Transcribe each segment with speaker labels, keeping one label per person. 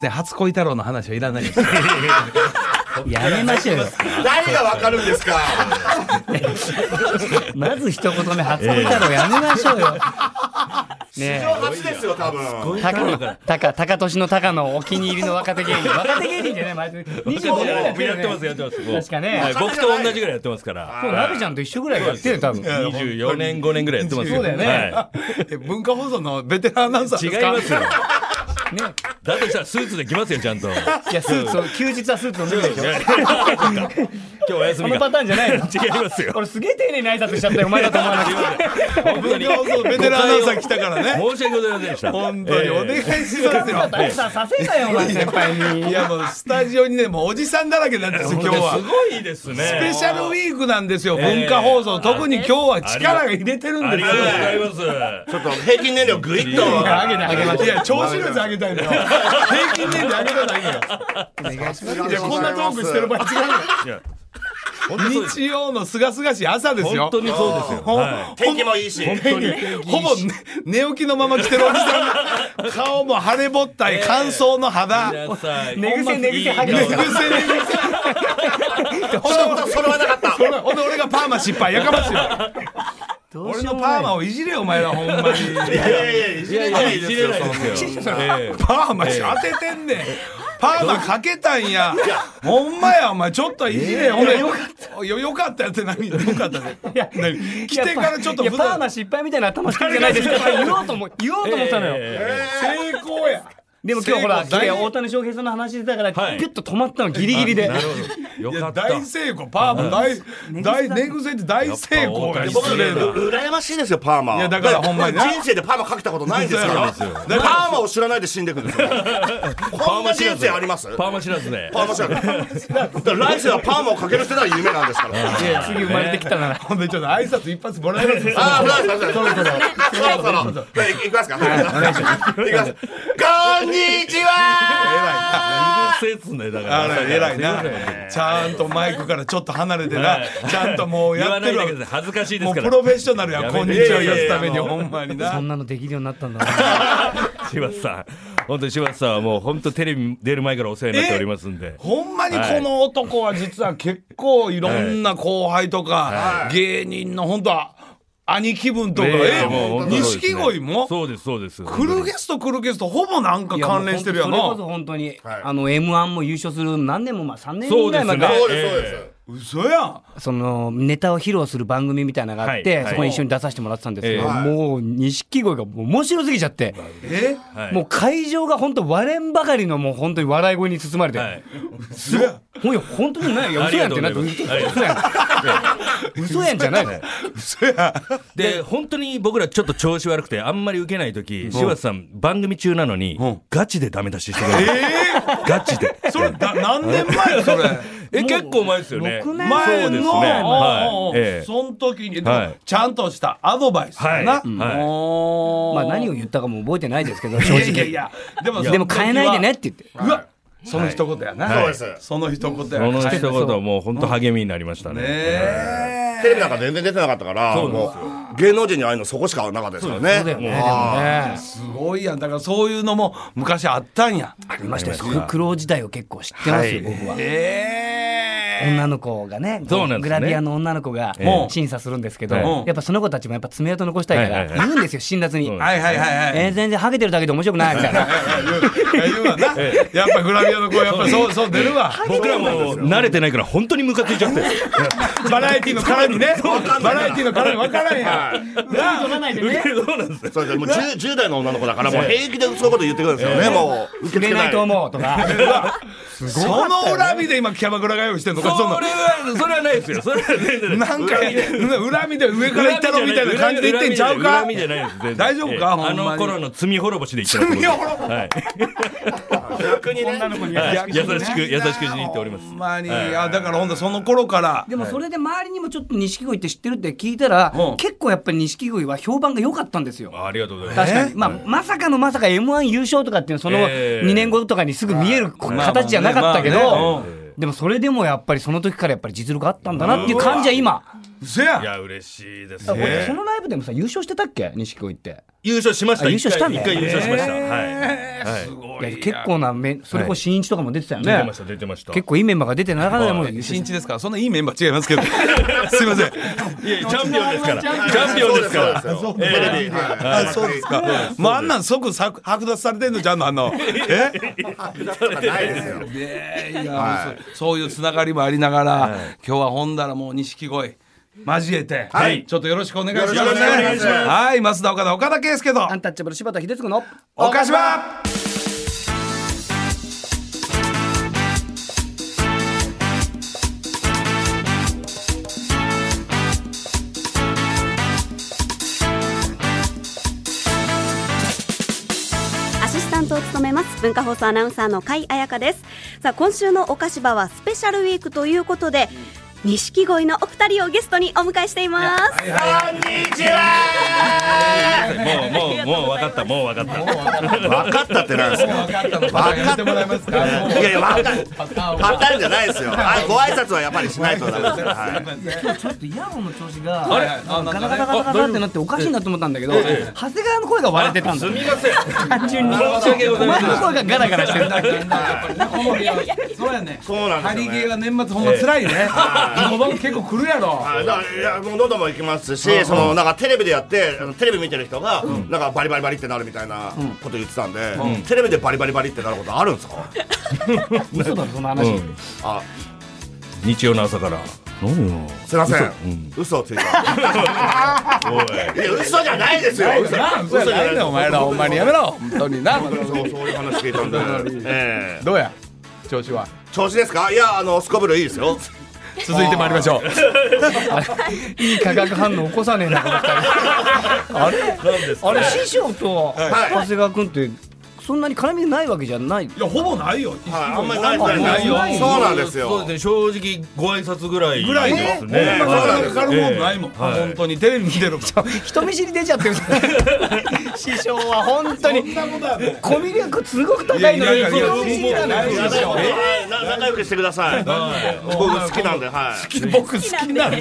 Speaker 1: で初恋太郎の話はいら ないです
Speaker 2: やめましょうよ。
Speaker 3: 誰がわかるんですか
Speaker 2: まず一言目、初恋太郎やめましょう よ。
Speaker 3: 史
Speaker 2: ね
Speaker 3: 上初ですよ、多分。
Speaker 2: え。高野、高、高年の高のお気に入りの若手芸人。若手芸人じゃない、毎年。25
Speaker 4: もう
Speaker 2: ぐらいやってる
Speaker 4: や
Speaker 2: よ
Speaker 4: っ
Speaker 2: ね
Speaker 4: てますやってますも う
Speaker 2: 確かね
Speaker 4: はい僕と同じぐらいやってますから
Speaker 2: もう、鍋ちゃんと一緒ぐらいやってるよ、多分。
Speaker 4: 24年5年ぐらいやってますよ
Speaker 2: そうだよね
Speaker 4: は
Speaker 5: え文化放送のベテランアナウンサー
Speaker 4: い違
Speaker 5: で
Speaker 4: い
Speaker 5: すか
Speaker 4: ますよ
Speaker 2: ね。
Speaker 4: だとしたらスーツで来ますよちゃ んと
Speaker 2: いや、スーツを、休日はスーツを脱ぐでしょ。
Speaker 4: 今日お休
Speaker 2: そ
Speaker 4: み
Speaker 2: の
Speaker 4: が
Speaker 2: パターンじゃない の。
Speaker 4: 違いますよ
Speaker 2: 俺すげえ丁寧に挨拶しちゃったよ、お前だと思わなくて。
Speaker 4: 本当に
Speaker 5: 文化放送ベテランアナウンサー来たからね
Speaker 4: 申し訳ございませんでした
Speaker 5: 本当にお願いしますよ、
Speaker 2: 挨拶させんなよ、お前先輩に。
Speaker 5: いやもうスタジオにねもうおじさんだらけなんですよ今日は
Speaker 4: すごいですね
Speaker 5: スペシャルウィークなんですよ、
Speaker 4: え
Speaker 5: 文化放送特に今日は力が入れてるん
Speaker 4: あ
Speaker 5: で
Speaker 4: り
Speaker 5: す
Speaker 4: が
Speaker 5: よ
Speaker 4: とうございます
Speaker 3: ちょっと平均年齢をぐいっと。
Speaker 2: あげてあげまし
Speaker 5: い
Speaker 2: ょう。
Speaker 5: や調子のやつあげたいのよ平均年齢上げたないのよいやこんなトークしてる場合違
Speaker 4: いうや
Speaker 5: のよ日曜のすがすがしい朝ですよ
Speaker 4: 本当にそうですよ
Speaker 5: ほ
Speaker 4: は
Speaker 3: 天気もいいし。
Speaker 4: い本当に
Speaker 5: ほぼね、寝起きのまま来てるおじさ ん顔も腫れぼったい乾燥の肌
Speaker 4: 皆さん
Speaker 2: 寝癖寝癖剥げ
Speaker 5: 寝
Speaker 2: て
Speaker 5: 癖
Speaker 2: る
Speaker 5: 寝癖ほんで
Speaker 3: それはなかった。
Speaker 5: ほんでほんで俺がパーマ失敗やかましいわ俺のパーマをいじれよお前らほんまに
Speaker 3: いやいやいや、いじれないです
Speaker 4: 知
Speaker 3: よ
Speaker 4: れ。ないですよええ
Speaker 5: パーマ当ててんねん。パーマかけたんや。ほんまや、お前、ちょっといじれ。ほんで、よ、よかったやって何よかったね。何来てからちょっと
Speaker 2: いや
Speaker 5: 普
Speaker 2: パー
Speaker 5: 段
Speaker 2: マ失敗みたいな頭してるじゃないですか言おうと思言おうと思ったのよ、
Speaker 4: え
Speaker 5: 成功や。
Speaker 2: でも今日ほら
Speaker 5: 成功大
Speaker 2: 大谷翔平さんの話してたから、
Speaker 4: はい
Speaker 2: ピュッと止まったのギリギリで
Speaker 4: えなるほど
Speaker 5: い
Speaker 4: よか
Speaker 5: や、
Speaker 4: った
Speaker 5: 大成功。パーマ大、大、寝癖って大成功や。
Speaker 4: やっぱ
Speaker 3: 僕
Speaker 5: 失礼な。
Speaker 3: 羨ましいですよ、パーマ。
Speaker 5: いやだからほんまにな
Speaker 3: 人生でパーマかけたことないんですよ。
Speaker 5: そう
Speaker 3: パ
Speaker 5: なんですよ
Speaker 3: ーマを知らないで死んでいくんですよ。こんな人生あります
Speaker 4: パーマ知らずで
Speaker 3: パーマ知らな い。だから来世はパーマをかけるってのは夢なんですから。
Speaker 2: 次生まれてきたなら、
Speaker 5: ほんで、ちょっと挨拶一発もらえます
Speaker 3: ああ、そうそうそう。そろそろ。 はい行きますか。行きます。こんにちは
Speaker 4: せつねだか
Speaker 5: あ
Speaker 4: ら
Speaker 5: ら、偉いな。ちゃんとマイクからちょっと離れてな
Speaker 4: はい。
Speaker 5: ちゃんともう
Speaker 4: 言
Speaker 5: や
Speaker 4: わ
Speaker 5: っ
Speaker 4: な
Speaker 5: て
Speaker 4: い
Speaker 5: る
Speaker 4: だ
Speaker 5: わ
Speaker 4: けで恥ずかしいで
Speaker 5: も
Speaker 4: す
Speaker 5: う
Speaker 4: か
Speaker 5: プ
Speaker 4: ら
Speaker 5: ロフェッショナルや、
Speaker 4: やめ
Speaker 5: こ
Speaker 4: て
Speaker 5: んにちは言わすために、
Speaker 4: いやいやいや
Speaker 5: ほんまに
Speaker 2: そ
Speaker 5: な。
Speaker 2: んなのできるようになったんだな
Speaker 4: 柴田さん本当に柴田さんはもう本当テレビ出る前からお世話になっておりますんで
Speaker 5: ほんまにこの男は実は結構いろんな後輩とか、芸人の本当は兄貴分とか、
Speaker 4: ね
Speaker 5: え
Speaker 4: もう本当そうですね
Speaker 5: 錦鯉も、
Speaker 4: そうですそうです
Speaker 5: 来るゲスト来るゲストほぼなんか関連してるや
Speaker 2: いも
Speaker 5: な。
Speaker 2: う本当それこそ本当に、
Speaker 3: はい
Speaker 2: あの m 1も優勝する何年もまあ3年
Speaker 4: そ
Speaker 2: ぐ
Speaker 4: う
Speaker 2: ら
Speaker 4: で
Speaker 2: い前
Speaker 4: すね
Speaker 2: か
Speaker 3: そうですそうです
Speaker 5: 嘘やん。
Speaker 2: そのネタを披露する番組みたいなのがあって、
Speaker 4: はい
Speaker 2: そこに一緒に出させてもらってたんですけど、
Speaker 4: ええ
Speaker 2: もう錦鯉がもう面白すぎちゃって、
Speaker 5: え
Speaker 4: はい
Speaker 2: もう会場が本当割れんばかりのもう本当に笑い声に包まれて、
Speaker 4: はい
Speaker 5: 嘘やん。
Speaker 2: もういや本当にないよ
Speaker 4: あ
Speaker 2: 嘘
Speaker 4: り
Speaker 2: や
Speaker 4: が
Speaker 2: んっ
Speaker 4: と
Speaker 2: て
Speaker 4: う
Speaker 2: な
Speaker 4: ご
Speaker 2: っ
Speaker 4: ざ
Speaker 2: て
Speaker 4: います
Speaker 2: 嘘やん嘘やんじゃないの
Speaker 5: 嘘 やん。
Speaker 4: で本当に僕らちょっと調子悪くてあんまり受けない時柴田さん番組中なのにガチでダメ出ししてくれるガチ で
Speaker 5: それだ何年前それ。
Speaker 4: え結構前ですよね
Speaker 2: 六年
Speaker 5: 前
Speaker 4: そうですね
Speaker 5: の、
Speaker 4: はいええ
Speaker 5: その時に、
Speaker 4: はい
Speaker 5: ちゃんとしたアドバイスだな。
Speaker 4: はいはい
Speaker 5: おー
Speaker 2: まあ何を言ったかも覚えてないですけど正
Speaker 5: いやい
Speaker 2: 直
Speaker 5: やいやでも
Speaker 2: でも変えないでねって言って
Speaker 5: うわその一言やな、
Speaker 3: はいそうです
Speaker 5: その一言や
Speaker 4: その一
Speaker 5: ね
Speaker 4: 言はもう本当励みになりましたね
Speaker 5: え
Speaker 3: テレビなんか全然出てなかったから、もう芸能人に会えるのそこしかなかったですからね。
Speaker 2: そうだよねで
Speaker 3: もう
Speaker 2: もね
Speaker 5: すごいやんだからそういうのも昔あったんや
Speaker 2: ありましたよ苦苦労時代を結構知ってますよ僕は
Speaker 5: ええ
Speaker 2: 女の子がね
Speaker 4: そうなんですね
Speaker 2: グラビアの女の子が
Speaker 5: ええ
Speaker 2: 審査するんですけど
Speaker 4: うん
Speaker 2: やっぱその子たちもやっぱ爪痕残したいか
Speaker 4: はいはい
Speaker 2: ら
Speaker 4: はい
Speaker 2: 言うんですよ辛辣に
Speaker 4: そう
Speaker 5: はいはいはいはい
Speaker 2: えー全然ハゲてるだけで面白くないみたい な
Speaker 5: 言う言うわなやっぱグラビアの子はやっぱそうそう出るわ
Speaker 4: 僕らも慣れてないから本当にムカついちゃって
Speaker 5: バラエティーの絡みねバラエティーの絡み分からんやん
Speaker 2: 取ら ないでね
Speaker 4: そうなんです
Speaker 3: そうですもう 10, 10代の女の子だからもう平気でそういうこと言ってくるんですよね、もう受
Speaker 2: 売
Speaker 3: け付
Speaker 2: れ
Speaker 3: け
Speaker 2: な
Speaker 3: ないい
Speaker 2: と思うとか
Speaker 5: その恨みで今キャバクラ通いしてんの
Speaker 4: それ
Speaker 5: かそんな
Speaker 4: はそれはないですよそれは全然ない
Speaker 5: なんか恨みで上から行ったろみたいな感じで言ってんちゃうか
Speaker 4: 恨みじゃないです全然
Speaker 5: 大丈夫か
Speaker 4: ええ
Speaker 5: ほんまに
Speaker 4: あの頃の罪滅ぼしで言ってます
Speaker 5: 罪滅ぼ
Speaker 4: はい
Speaker 3: 逆にね
Speaker 4: はい優
Speaker 5: ね
Speaker 4: しく優しくしに行っております
Speaker 5: ほんまに、あだからほんとその頃から
Speaker 2: でもそれで周りにもちょっと錦鯉って知ってるって聞いたら、
Speaker 5: うん
Speaker 2: 結構やっぱり錦鯉は評判が良かったんですよ。
Speaker 4: ありがとうございま
Speaker 2: 確
Speaker 4: す
Speaker 2: かに、まあ、まさかのまさか m 1優勝とかっていうのはその
Speaker 4: ええ
Speaker 2: 2年後とかにすぐ見えるこ
Speaker 5: まあ
Speaker 2: 形じゃなかったけ
Speaker 5: まあねまあ
Speaker 2: どでもそれでもやっぱりその時からやっぱり実力あったんだなっていう感じは今
Speaker 5: せや
Speaker 4: い
Speaker 5: ん
Speaker 4: や嬉しいです
Speaker 2: あこれ
Speaker 4: ね
Speaker 2: そのライブでもさ優勝してたっけ錦鯉って
Speaker 4: 優勝しました
Speaker 2: あ優勝したんだ
Speaker 4: 一回一回優勝しました、
Speaker 5: えー
Speaker 4: はい、はい
Speaker 5: すご
Speaker 2: い
Speaker 5: い
Speaker 2: や
Speaker 5: や
Speaker 2: 結構なめそれこそ新一とかも出てたよ
Speaker 4: 出て
Speaker 2: ね
Speaker 4: ました出てました
Speaker 2: 結構いいメンバーが出てなかなかもう
Speaker 5: 新一ですからそんないいメンバー違いますけ どすいません
Speaker 4: いやいやチャンピオンですからチャンピオンですから
Speaker 3: そう
Speaker 4: え
Speaker 3: です
Speaker 4: え
Speaker 3: よテレビはい
Speaker 5: あそうですかもうあんなん即さ剥奪されてんのじゃんのあんのえ
Speaker 3: ないですよ。
Speaker 5: ねえいや、
Speaker 3: はい
Speaker 5: そうそういうつながりもありながら、今日はほんだらもう錦鯉交えて、
Speaker 4: はい
Speaker 5: ちょっとよろしくお願いします、ね、
Speaker 3: よろしくお願いします
Speaker 5: はい増田岡田岡田圭佑と
Speaker 2: アンタッチャブル柴田秀嗣の
Speaker 5: 岡島
Speaker 6: アシスタントを務めます文化放送アナウンサーの甲斐彩香ですさあ今週のお菓子場はスペシャルウィークということで錦鯉のお二人をゲストにお迎えしています
Speaker 3: こんにちは。
Speaker 4: もうもうもう分かったもう分かった
Speaker 3: 分かったってな んですか。
Speaker 5: 分かったの言ってもらえますかもう
Speaker 3: いやいや分かった。パターンじゃないですよ。はいご挨拶はやっぱりしないとダメですよ。はい。
Speaker 2: 今日ちょっとイヤホンの調子が
Speaker 5: あれ
Speaker 2: ガ
Speaker 5: あな
Speaker 2: タ
Speaker 5: んかね
Speaker 2: ガタガタガタガタってなっておかしいなと思ったんだけど長谷川の声が割れてたんだ
Speaker 4: すみません
Speaker 2: 単純にお
Speaker 4: 申し訳ございま
Speaker 2: 前
Speaker 4: せん
Speaker 2: の声がガラガラしてるだけ
Speaker 5: そうやね
Speaker 3: そうなん
Speaker 5: 張
Speaker 3: です
Speaker 5: り芸
Speaker 3: よね。
Speaker 5: は年末ほんま辛いね喉も結構くるやろ
Speaker 3: あだからいやもう喉も行きますし、そのなんかテレビでやってあのテレビ見てる人がなんかバリバリバリってなるみたいなこと言ってたんで、テレビでバリバリバリってなることあるんですか？
Speaker 2: 嘘だろその話
Speaker 3: あ、
Speaker 4: 日曜の朝から何よ
Speaker 3: すいません。嘘をついた。
Speaker 4: おい
Speaker 3: いや嘘じゃないですよ。嘘
Speaker 5: なそうやないねお前らほんまにやめろ本当にな
Speaker 3: そうそういう話聞いたんで。ええ
Speaker 5: どうや調子は
Speaker 3: 調子ですか？いやあのすこぶるいいですよ。
Speaker 5: 続いてまいりましょう
Speaker 2: いい化学反応起こさねえなこの 二人あれ
Speaker 4: 何ですか
Speaker 2: あれ師匠と
Speaker 3: はい
Speaker 2: 長谷川君ってそんなに絡みないわけじゃない
Speaker 5: いやほぼないよ
Speaker 3: はい、あんまりないない
Speaker 5: ない
Speaker 3: ない
Speaker 5: よ
Speaker 3: そうなんです
Speaker 4: そ
Speaker 3: よ。
Speaker 4: うですね正直ご挨拶ぐらい
Speaker 5: ぐらい
Speaker 4: で
Speaker 5: ですす
Speaker 4: ね
Speaker 5: ね。ほんま
Speaker 3: そう
Speaker 5: な
Speaker 3: な
Speaker 5: かなかか
Speaker 3: んです
Speaker 5: かるもんないもん。
Speaker 4: はい
Speaker 5: 本当にテレビ見てるもん。
Speaker 2: 人見知り出ちゃってる 師匠は本当にコミュ力すごく高いの
Speaker 5: い
Speaker 2: に
Speaker 5: やいやいや
Speaker 2: 人見知りなの
Speaker 5: いや
Speaker 2: よ
Speaker 5: いやいや
Speaker 3: はいな仲良くしてください。僕好きなんで、はい。好き
Speaker 5: 僕好きなの。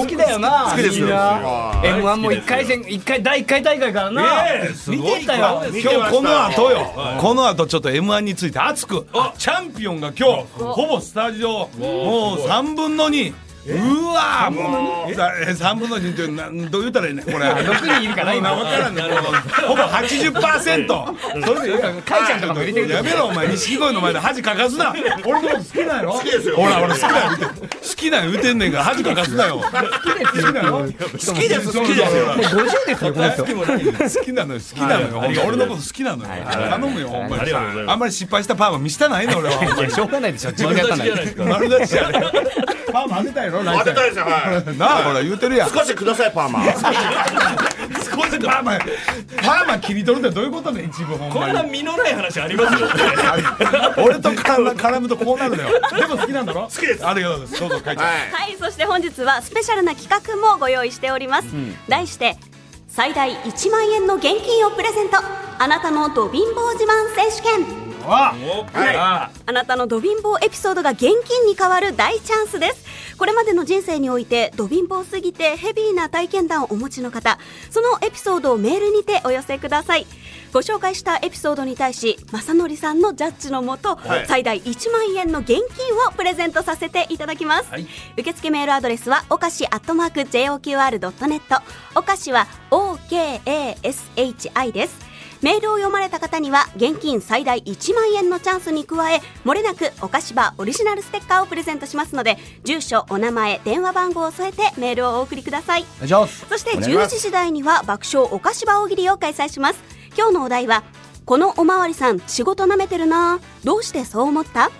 Speaker 2: 好きだよな好
Speaker 3: 好きですよ。はい
Speaker 2: m 1も一回戦一回第一回大会からな
Speaker 5: ええす
Speaker 2: 見てたよ
Speaker 5: 今日この後よ。この後ちょっと M1 について熱く。チャンピオンが今日ほぼスタジオもう三分の二。うわーもうえ三分の二ってなんどう言ったらいいねんこれ。
Speaker 2: 6人いるから
Speaker 5: な
Speaker 2: 今
Speaker 5: わからんねんこのほぼ八十パーセント。それでいいか。
Speaker 2: カイちゃんとかも入れてくる
Speaker 5: やめろお前錦鯉の前で恥かかすな。俺のこと好きなんやろ。好きですよ。ほら俺好きなんや言うて好きなんや言うてんねんから恥かかすなよ。
Speaker 3: 好きです、好きですよ。
Speaker 2: 50ですよこの人
Speaker 5: 好きなのよ好きなのよ、ほんと俺のこと好きなのよ、頼むよほんま
Speaker 4: あり
Speaker 5: に
Speaker 4: がとうござい
Speaker 5: あ
Speaker 4: ま
Speaker 5: んまり失敗したパーマ見したないの俺はほんまに
Speaker 2: しょうがないでしょ自
Speaker 4: す
Speaker 2: 分
Speaker 4: 丸
Speaker 2: でやった
Speaker 4: 出
Speaker 5: 丸出
Speaker 2: んだから
Speaker 4: しじゃないですか
Speaker 5: しやでパーマ当てたいの
Speaker 3: 当てたい
Speaker 5: い
Speaker 3: ですよ、 はい。
Speaker 5: なあほら言うてるやん
Speaker 3: 少しください、パーマ。
Speaker 5: 少しパーマパーマ切り取るってどういうことね一部ほん
Speaker 4: こ
Speaker 5: ま
Speaker 4: んな
Speaker 5: に
Speaker 4: 身のない話ありますよ
Speaker 5: 俺と絡むとこうなるのよでも好きなんだろ好き
Speaker 3: です
Speaker 5: ありがとうございますどうぞ書いて
Speaker 3: はい。
Speaker 6: はい、そして本日はスペシャルな企画もご用意しております。題して、最大1万円の現金をプレゼント。あなたのド貧乏自慢選手権。あなたのド貧乏エピソードが現金に変わる大チャンスです。これまでの人生において、ド貧乏すぎてヘビーな体験談をお持ちの方、そのエピソードをメールにてお寄せください。ご紹介したエピソードに対し、正則さんのジャッジのもと、
Speaker 3: はい
Speaker 6: 最大1万円の現金をプレゼントさせていただきます。受付メールアドレスはおかし @joqr.net おかしは OKASHI ですメールを読まれた方には現金最大1万円のチャンスに加えもれなくおかしばオリジナルステッカーをプレゼントしますので住所お名前電話番号を添えてメールをお送りください
Speaker 2: お願いします
Speaker 6: そして
Speaker 3: お願いしま
Speaker 6: 10
Speaker 3: す
Speaker 6: 時時台には爆笑お菓子場大喜利を開催します今日のお題はこのおまわりさん仕事なめてるなどうしてそう思った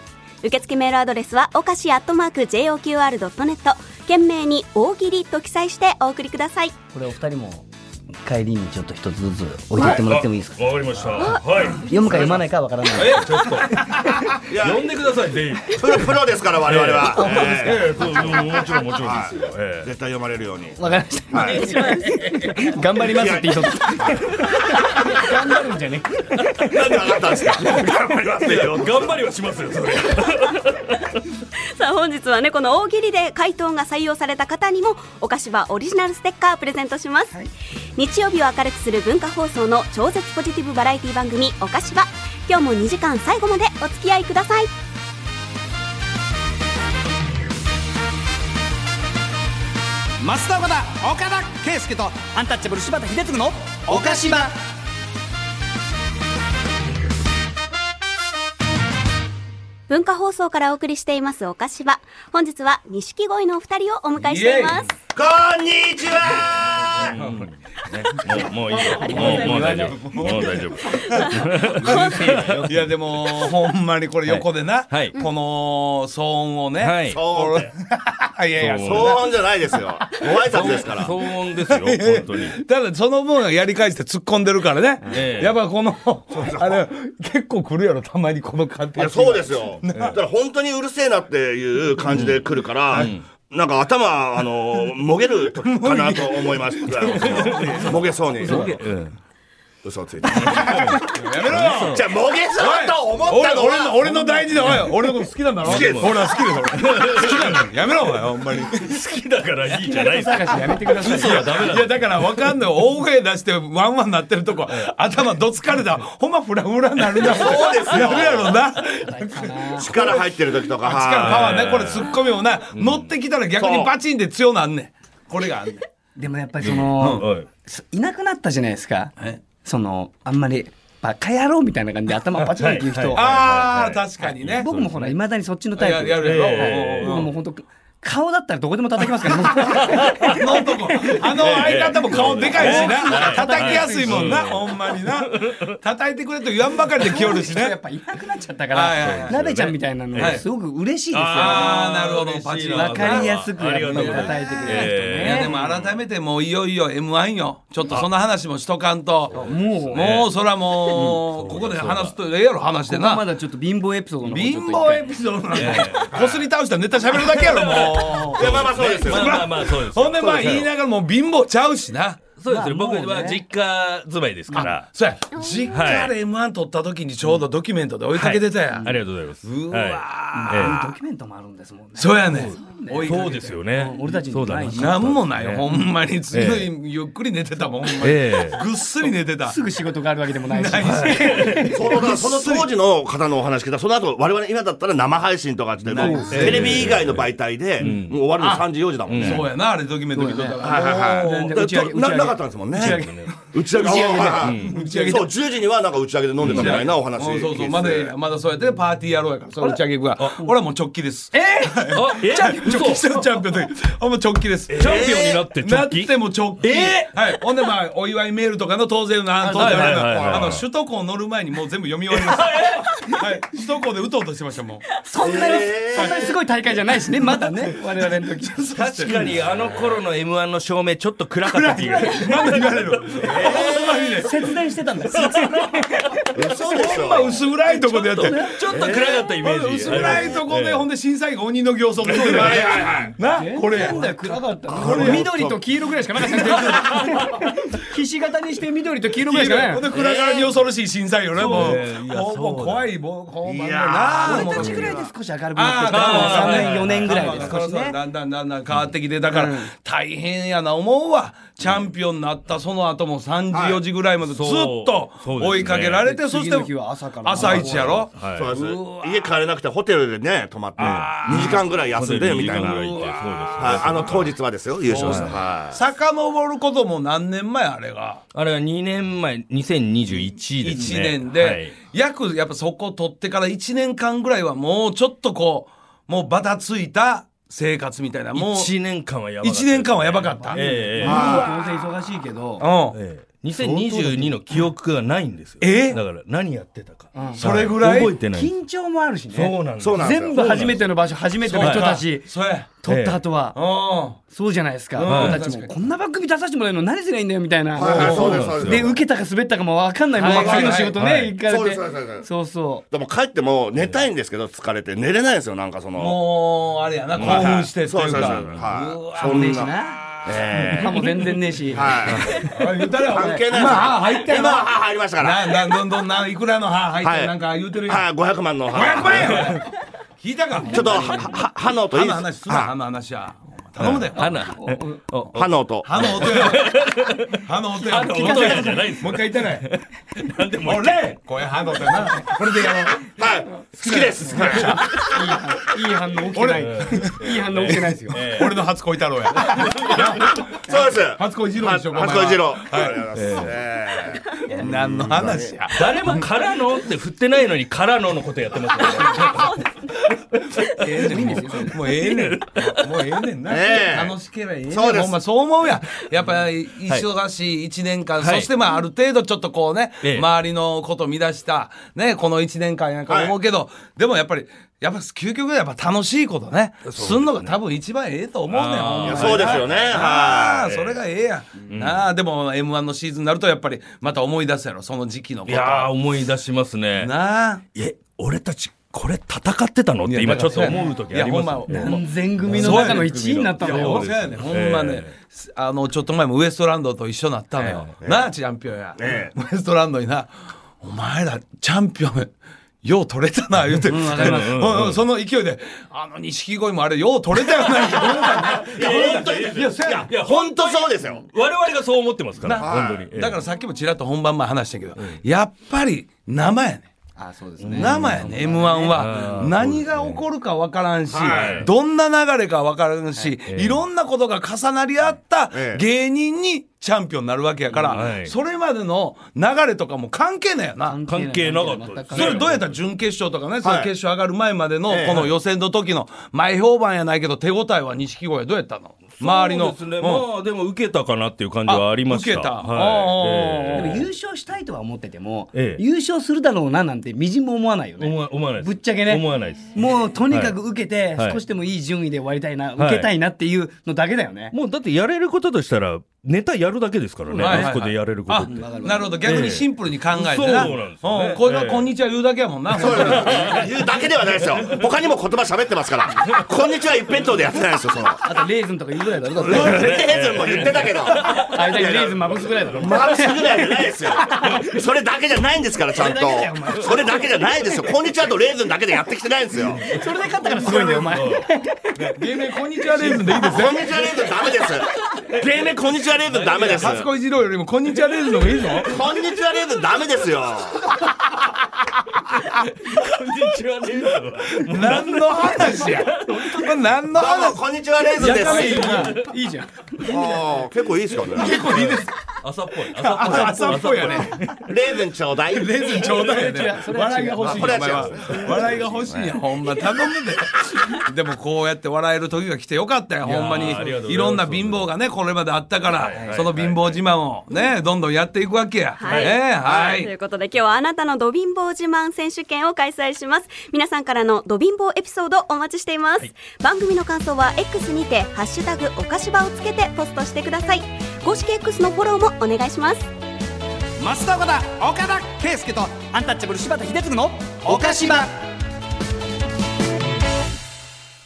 Speaker 6: 受付メールアドレスはおかしアットマーク JOQR.net 懸命に大喜利と記載してお送りください
Speaker 2: これお二人も帰りにちょっと一つずつ置いてってもらってもいいですか
Speaker 4: わかりましたはい
Speaker 2: 読むか読まないかわからない
Speaker 4: えちょっと呼んでください全員
Speaker 3: プロ、プロですから、我々は。え
Speaker 4: ええそうもちろんもちろんですよ
Speaker 3: え
Speaker 4: え
Speaker 3: 絶対読まれるように。
Speaker 2: わかりました
Speaker 3: はい。
Speaker 2: 頑張りますって言いそうです頑張るんじゃね
Speaker 3: なんで分かったんですか。頑張ります
Speaker 4: え
Speaker 3: よ。
Speaker 4: 頑張りはしますよそれ
Speaker 6: さあ本日はねこの大喜利で回答が採用された方にもお菓子場オリジナルステッカーをプレゼントします、日曜日を明るくする文化放送の超絶ポジティブバラエティ番組お菓子場今日も2時間最後までお付き合いください
Speaker 2: 増田岡田岡田圭佑とアンタッチャブル柴田秀嗣の岡島
Speaker 6: 文化放送からお送りしていますお菓子場本日は錦鯉のお二人をお迎えしています
Speaker 3: こんにちは
Speaker 4: もうもういいよ。もうもう大丈夫。もう大丈夫。
Speaker 5: いやでもほんまにこれ横でな、
Speaker 4: はい
Speaker 5: この騒音をね、
Speaker 4: はい
Speaker 3: 騒音っ て
Speaker 5: い、やいや
Speaker 4: 騒
Speaker 5: そう
Speaker 3: 騒音じゃないですよご挨拶ですから
Speaker 4: 騒音ですよ本当に。
Speaker 5: ただその分やり返して突っ込んでるからね、
Speaker 4: ええ
Speaker 5: やっぱこのあれ結構来るやろたまにこの感じ
Speaker 3: いやそうですよ。だから本当にうるせえなっていう感じで来るから、なんか頭、あのー、もげる時かなと思います。 もげそうに。
Speaker 4: うん
Speaker 3: 嘘ついて。じ
Speaker 5: やめろよ
Speaker 3: ゃあ、もげそうと思っ
Speaker 5: 俺
Speaker 3: たの
Speaker 5: 俺の
Speaker 3: は、
Speaker 5: 俺の大事だおい俺のこと好きなんだろ好
Speaker 3: きです
Speaker 5: 俺は好きです俺好きなんだよやめろお前ほんまに
Speaker 4: 好きだからいいじゃないですか。
Speaker 2: やめてください
Speaker 4: 嘘はダメだ
Speaker 5: い。やだから分かんない大声出してワンワンなってるとこ頭どつかれたほんまフラフラになるなそう
Speaker 3: ですよ
Speaker 5: なるやろな
Speaker 3: 力入ってる時とか、
Speaker 5: しかもパ
Speaker 3: は
Speaker 5: ワーねこれツッコミもな、乗ってきたら逆にバチンで強なんねんこれがあんねん
Speaker 2: でもやっぱりその、
Speaker 4: はい
Speaker 2: そいなくなったじゃないですかそのあんまりバカ野郎みたいな感じで頭パチンっていう人、
Speaker 5: あー確かにね
Speaker 2: 僕もほらいまだにそっちのタイプ
Speaker 5: ややるやろ、
Speaker 2: はい僕もう本当顔だったらどこでも叩きま すからね
Speaker 5: あの男あの相方も顔でかいしな叩きやすいもんなほんまにな叩いてくれと言わんばかりで来よるし
Speaker 2: や
Speaker 5: ね
Speaker 2: っぱいなくなっちゃったか
Speaker 5: はいはい
Speaker 2: ら
Speaker 5: はい
Speaker 2: 鍋ちゃんみたいなのが
Speaker 5: はい
Speaker 2: すごく嬉しいですよ、
Speaker 5: あーなるほどパ
Speaker 4: 嬉し
Speaker 5: チ
Speaker 4: い
Speaker 5: ン
Speaker 4: な
Speaker 2: わかりやすく
Speaker 4: あ
Speaker 2: や
Speaker 4: り
Speaker 2: っ
Speaker 4: が
Speaker 2: ぱ
Speaker 4: と
Speaker 2: り
Speaker 4: うございます
Speaker 2: 叩いてくれる人
Speaker 5: いやで
Speaker 2: ね、
Speaker 5: も改めてもういよいよ m 1よちょっとその話もしとかんと
Speaker 2: もう
Speaker 5: もうそらもうここで話すとええやろ話で
Speaker 2: ここま
Speaker 5: な
Speaker 2: だちょっと貧乏エピソードの方ち
Speaker 5: 貧
Speaker 2: ょっと一
Speaker 5: 乏
Speaker 2: 回
Speaker 5: エピソードなんでこすり倒したネタ喋るだけやろ もう
Speaker 3: い。いや、まあまあそうですよ。
Speaker 4: まあまあまあそうです。
Speaker 5: ほんでまあ言いながらもう貧乏ちゃうしな
Speaker 4: そうですね。
Speaker 2: まあ
Speaker 4: 僕
Speaker 2: もうね
Speaker 4: は実家住まいですから。
Speaker 5: そうや実家で m 1取った時にちょうどドキュメントで追いかけてたやん
Speaker 4: ありがとうございます。
Speaker 5: うわ
Speaker 4: はいええ
Speaker 2: ドキュメントもあるんですもんね
Speaker 5: そうやねん
Speaker 4: そうですよね。
Speaker 2: 俺たちにもないし
Speaker 4: そうだ
Speaker 5: なんもないよほんまにずい
Speaker 4: え
Speaker 5: ゆっくり寝てたもんほんまに
Speaker 4: ええ
Speaker 5: ぐっすり寝てた
Speaker 2: すぐ仕事があるわけでもないし
Speaker 3: そのだからその当時の方のお話聞いたらその後我々今だったら生配信とかしてもうテレビ以外の媒体で、もう終わるの3時4時だもん ね。
Speaker 5: そうやなあれドキュメント見とった
Speaker 3: はい
Speaker 5: か
Speaker 3: はいは
Speaker 2: 全
Speaker 3: い。だ
Speaker 2: 然打
Speaker 3: から
Speaker 2: ち上げ
Speaker 3: とな
Speaker 2: 打ち上げ
Speaker 3: なかったんですもんね。打ち上げで。打ち上げ
Speaker 5: 打ち上げで
Speaker 3: そう、10時にはなんか打ち上げで飲んでたみたいなお
Speaker 5: ら
Speaker 3: 話。
Speaker 5: うんそうそうまだまだそうやってパーティーやろうやからそれ打ち上げ行くわ俺はもう直帰ですえ
Speaker 4: あ、え、
Speaker 5: 直帰してるチャンピオンの時あもう直帰です
Speaker 4: チャンピオンになって
Speaker 5: な
Speaker 4: 直
Speaker 5: っ
Speaker 4: 帰
Speaker 5: ても直帰はいほんでまあお祝いメールとかの当然のあの当然
Speaker 4: はいはいはいはい
Speaker 5: あの首都高乗る前にもう全部読み終わりましたはい首都高で打とうとしてましたもん
Speaker 2: そんなに、
Speaker 3: えー
Speaker 2: そんなにすごい大会じゃないしね、ま だね、我々の時。
Speaker 4: 確かにあの頃の M1 の照明ちょっと暗かった気がする。
Speaker 5: なんで言われるほんまにね
Speaker 2: 節電してたんだ。
Speaker 3: そうです
Speaker 5: ほ
Speaker 3: よ
Speaker 5: んま。薄暗いとこでやって
Speaker 4: ちょっと暗かったイメージ。
Speaker 5: 薄暗いとこで、ほんで審査員が鬼の形相で撮ってるなこれや
Speaker 2: なんだよ、暗かったな。緑と黄色ぐらいしかなかったよ。ひし形にして緑と黄色ぐらいしかない
Speaker 5: ほん
Speaker 2: よ。
Speaker 5: で暗がりに恐ろしい審査員よねもうもうもう怖いもうこうなもう
Speaker 2: 俺たちぐらいで少し明る
Speaker 5: あ
Speaker 2: くな
Speaker 5: あ
Speaker 2: ってき
Speaker 5: だ
Speaker 2: た。
Speaker 5: か
Speaker 2: 3
Speaker 5: ら
Speaker 2: 年、4年ぐらい
Speaker 5: だ
Speaker 2: で
Speaker 5: か
Speaker 2: 少
Speaker 5: ら
Speaker 2: し
Speaker 5: そう
Speaker 2: ね。
Speaker 5: だんだんだんだん変わってきてだから大変やな思うわチャンピオンになったその後も3時4時ぐらいまでずっと
Speaker 4: そう
Speaker 5: 追いかけられて
Speaker 2: で
Speaker 5: そし
Speaker 2: 次の日
Speaker 5: て
Speaker 2: は朝から。
Speaker 5: 朝一やろ
Speaker 4: はい
Speaker 3: そうです家帰れなくてホテルでね泊まって2時間ぐらい休んでみたいな
Speaker 4: そう
Speaker 3: はい
Speaker 4: です
Speaker 3: あの当日はですよ優勝したはい
Speaker 5: 遡ることも何年前あれが
Speaker 4: あれは2年前、2021ですね。
Speaker 5: 1年
Speaker 4: はい
Speaker 5: で、約やっぱそこ取ってから1年間ぐらいはもうちょっとこう、もうバタついた生活みたいな、もう、
Speaker 4: 1年間はやばかった。
Speaker 5: 一年間はやばかった
Speaker 4: ええ
Speaker 2: 当然忙しいけど。
Speaker 5: う
Speaker 4: え
Speaker 5: ん。
Speaker 4: えええ2022の記憶がないんですよ。
Speaker 5: ええ
Speaker 4: だから何やってたか。
Speaker 5: それぐらい
Speaker 4: 覚えてないんで
Speaker 2: 緊
Speaker 4: す。
Speaker 2: 張もあるしね。
Speaker 4: そうなんです
Speaker 3: そう
Speaker 4: よ。
Speaker 3: なんですよ
Speaker 2: 全部初めての場所、初めての人たち、
Speaker 5: そうや。
Speaker 2: 撮った後は
Speaker 5: う、ん。
Speaker 2: そうじゃないですか。
Speaker 5: ん
Speaker 2: 俺たちも、こんな番組出させてもらえるの何すりゃいいんだよ、みたいな。
Speaker 3: はいはいそうですそうで
Speaker 2: です受けたか滑ったかも分かんないまま
Speaker 5: はい
Speaker 2: 次の仕事
Speaker 4: はい
Speaker 2: ね行か
Speaker 3: そう
Speaker 2: れ
Speaker 3: ですそうですそうで
Speaker 2: て
Speaker 3: す
Speaker 2: そうそ
Speaker 3: でも帰っても寝たいんですけど疲れて寝れないんですよなんかその
Speaker 5: もう、あれやな、興
Speaker 3: はい
Speaker 5: 奮してって
Speaker 3: そう
Speaker 5: い
Speaker 3: で
Speaker 5: う
Speaker 3: すそうですは
Speaker 5: か。
Speaker 3: いそ
Speaker 2: うんねえし
Speaker 3: な
Speaker 2: な
Speaker 3: ええ
Speaker 2: 歯も全然ねえし
Speaker 3: はい
Speaker 5: あ言うたら、
Speaker 3: 関係ない
Speaker 5: まあ、入ったよ
Speaker 3: 今
Speaker 5: な。
Speaker 3: 入りましたから
Speaker 5: な、な、どんどんな、いくらの歯入っ
Speaker 3: は
Speaker 5: て
Speaker 3: い
Speaker 5: なんか言うてるやん。
Speaker 3: はい500万の
Speaker 5: 500万や 聞いたか
Speaker 3: ちょっとはは歯の音い
Speaker 5: 歯
Speaker 3: いで
Speaker 5: の
Speaker 3: す
Speaker 5: 話すな歯の話や頼むで
Speaker 4: 歯のおお
Speaker 3: 歯の音
Speaker 5: 歯の音 や歯の音や
Speaker 4: 歯の音やじゃないんです
Speaker 5: もう一回言ってない
Speaker 4: なんでもう一回
Speaker 5: 俺これ歯の音やなこれでやろう
Speaker 3: はい好きです
Speaker 2: いい反応起きてない。いい反応起きてないですよ。
Speaker 5: 俺の初恋太郎や
Speaker 3: そうです
Speaker 5: 初恋二郎でしょお前は
Speaker 3: 初恋二郎
Speaker 5: い
Speaker 3: ありがとうございますえー
Speaker 5: 何の話や
Speaker 4: 誰も「からの?」って振ってないのに「からの」のことやってますよね
Speaker 5: ええねんもうもうええねんもうええねんな
Speaker 3: ねえ
Speaker 5: 楽しければええねん
Speaker 3: そうです
Speaker 5: ほんまそう思うやんやっぱり忙しい一年間
Speaker 4: はい
Speaker 5: そしてまあある程度ちょっとこうね
Speaker 4: ええ
Speaker 5: 周りのこと見出したねこの一年間やんか思うけどでもやっぱりやっぱ究極はやっぱ楽しいことねすんのが多分一番ええと思うねんほんま
Speaker 3: い
Speaker 5: に
Speaker 3: やそうですよね
Speaker 5: あ
Speaker 3: は
Speaker 5: あそれがええやんなあでも m 1のシーズンになるとやっぱりまた思い出すやろその時期のこ
Speaker 4: い
Speaker 5: と
Speaker 4: やー思い出しますね
Speaker 5: なあ
Speaker 4: え俺たちこれ戦ってたのっ
Speaker 5: いや
Speaker 4: て今ちょっと思う時あ
Speaker 5: い
Speaker 4: ります
Speaker 5: やほんまほんま
Speaker 2: 全組の中の一位になったの
Speaker 5: ほ
Speaker 2: よ
Speaker 5: ん。まやね、ほんまね、あの、ちょっと前もウエストランドと一緒になったのよ。なあ、チャンピオンや、
Speaker 3: え
Speaker 5: ウエストランドにな、お前ら、チャンピオン、よう取れたな、言うて、うんうんその勢いで、あの、錦鯉もあれ、よう取れたよな、って思ったねいや、そうやね
Speaker 4: いやほん
Speaker 3: 本当そうですよ
Speaker 4: 我々がそう思ってますから
Speaker 5: な
Speaker 4: 本当にええ
Speaker 5: だからさっきもちらっと本番前話したけど、やっぱり、生やね。
Speaker 2: あ、そうですね。
Speaker 5: 生やね、M1 は。何が起こるか分からんし、どんな流れか分からんし、いろんなことが重なり合った
Speaker 3: ええ
Speaker 5: 芸人にチャンピオンになるわけやか
Speaker 4: は
Speaker 5: ら、
Speaker 4: い
Speaker 5: それまでの流れとかも関係ないよな。
Speaker 4: 関係なかったです
Speaker 5: それどうやったら準決勝とかね、その決勝上がる前までのこの予選の時の前評判やないけど手応えは錦鯉はどうやったの周りの。
Speaker 4: そうですね
Speaker 5: うん
Speaker 4: まあでも受けたかなっていう感じはありました
Speaker 5: 受けた。
Speaker 4: はい
Speaker 5: おうおうおう
Speaker 4: え
Speaker 2: でも優勝したいとは思ってても、
Speaker 4: ええ
Speaker 2: 優勝するだろうななんてみじんも思わないよ
Speaker 4: え思
Speaker 2: ね
Speaker 4: わ思わないで
Speaker 2: ぶ
Speaker 4: す
Speaker 2: っちゃけね
Speaker 4: 思わないです
Speaker 2: もうとにかく受けて、
Speaker 4: はい
Speaker 2: 少しでもいい順位で終わりたいな、
Speaker 4: はい
Speaker 2: 受けたいなっていうのだけだよね、
Speaker 4: もうだってやれることとしたらネタやるだけですからね
Speaker 5: はいはい
Speaker 4: あそこでやれることって
Speaker 5: あなるほど逆にシンプルに考えてな、
Speaker 4: ええそうなんですよね
Speaker 5: うんこれは
Speaker 4: ええ
Speaker 5: こんにちは言うだけやもんな、
Speaker 3: そうです言うだけではないですよ他にも言葉喋ってますからこんにちは一辺倒でやってないですよその
Speaker 2: あとレーズンとか言うぐらいだろだって
Speaker 3: レーズンも言ってたけど
Speaker 2: 間にレーズンまぶすぐらいだろ
Speaker 3: マウスぐらいじゃないですよ。それだけじゃないんですから、ちゃんと。それだけじゃないですよ。こんにちはとレーズンだけでやってきてないんですよ。こんに
Speaker 2: それで勝ったからすごいんだよお前
Speaker 5: 芸名こんにちはレーズンでいいですね
Speaker 3: ちはレーズンダメです。芸名こんにちはレーズンダメです。
Speaker 5: 初恋二郎よりもこんにちはレーズンの方がいいぞ
Speaker 3: こんにちはレーズンダメですよ。
Speaker 5: 何の話や何の
Speaker 3: どうも
Speaker 5: 話
Speaker 3: こんにちはレーズンで
Speaker 5: やかましい
Speaker 2: い
Speaker 3: す。
Speaker 2: いじゃん
Speaker 3: あー結構いいですかね。
Speaker 5: 結構いいです
Speaker 4: 朝っぽい朝っぽい
Speaker 5: 朝っぽいよね
Speaker 3: レーズンちょうだい。
Speaker 5: レーズンちょうだいよね笑いが欲しい
Speaker 3: これは違う
Speaker 5: お前は笑いが欲しいやほんま頼むででもこうやって笑える時が来てよかったよほんまに
Speaker 4: ありがとうございます
Speaker 5: いろんな貧乏がねこれまであったからその貧乏自慢をねどんどんやっていくわけや
Speaker 6: はい
Speaker 5: ねは
Speaker 6: とい
Speaker 5: いう
Speaker 6: ことで今日はあなたのド貧乏自慢選手権を開催します皆さんからのド貧乏エピソードお待ちしています、番組の感想は X にて「ハッシュタグおかしば」をつけてポストしてください公式 X のフォローもお願いします
Speaker 2: 増田岡田岡田圭佑とアンタッチャブル柴田秀嗣の岡島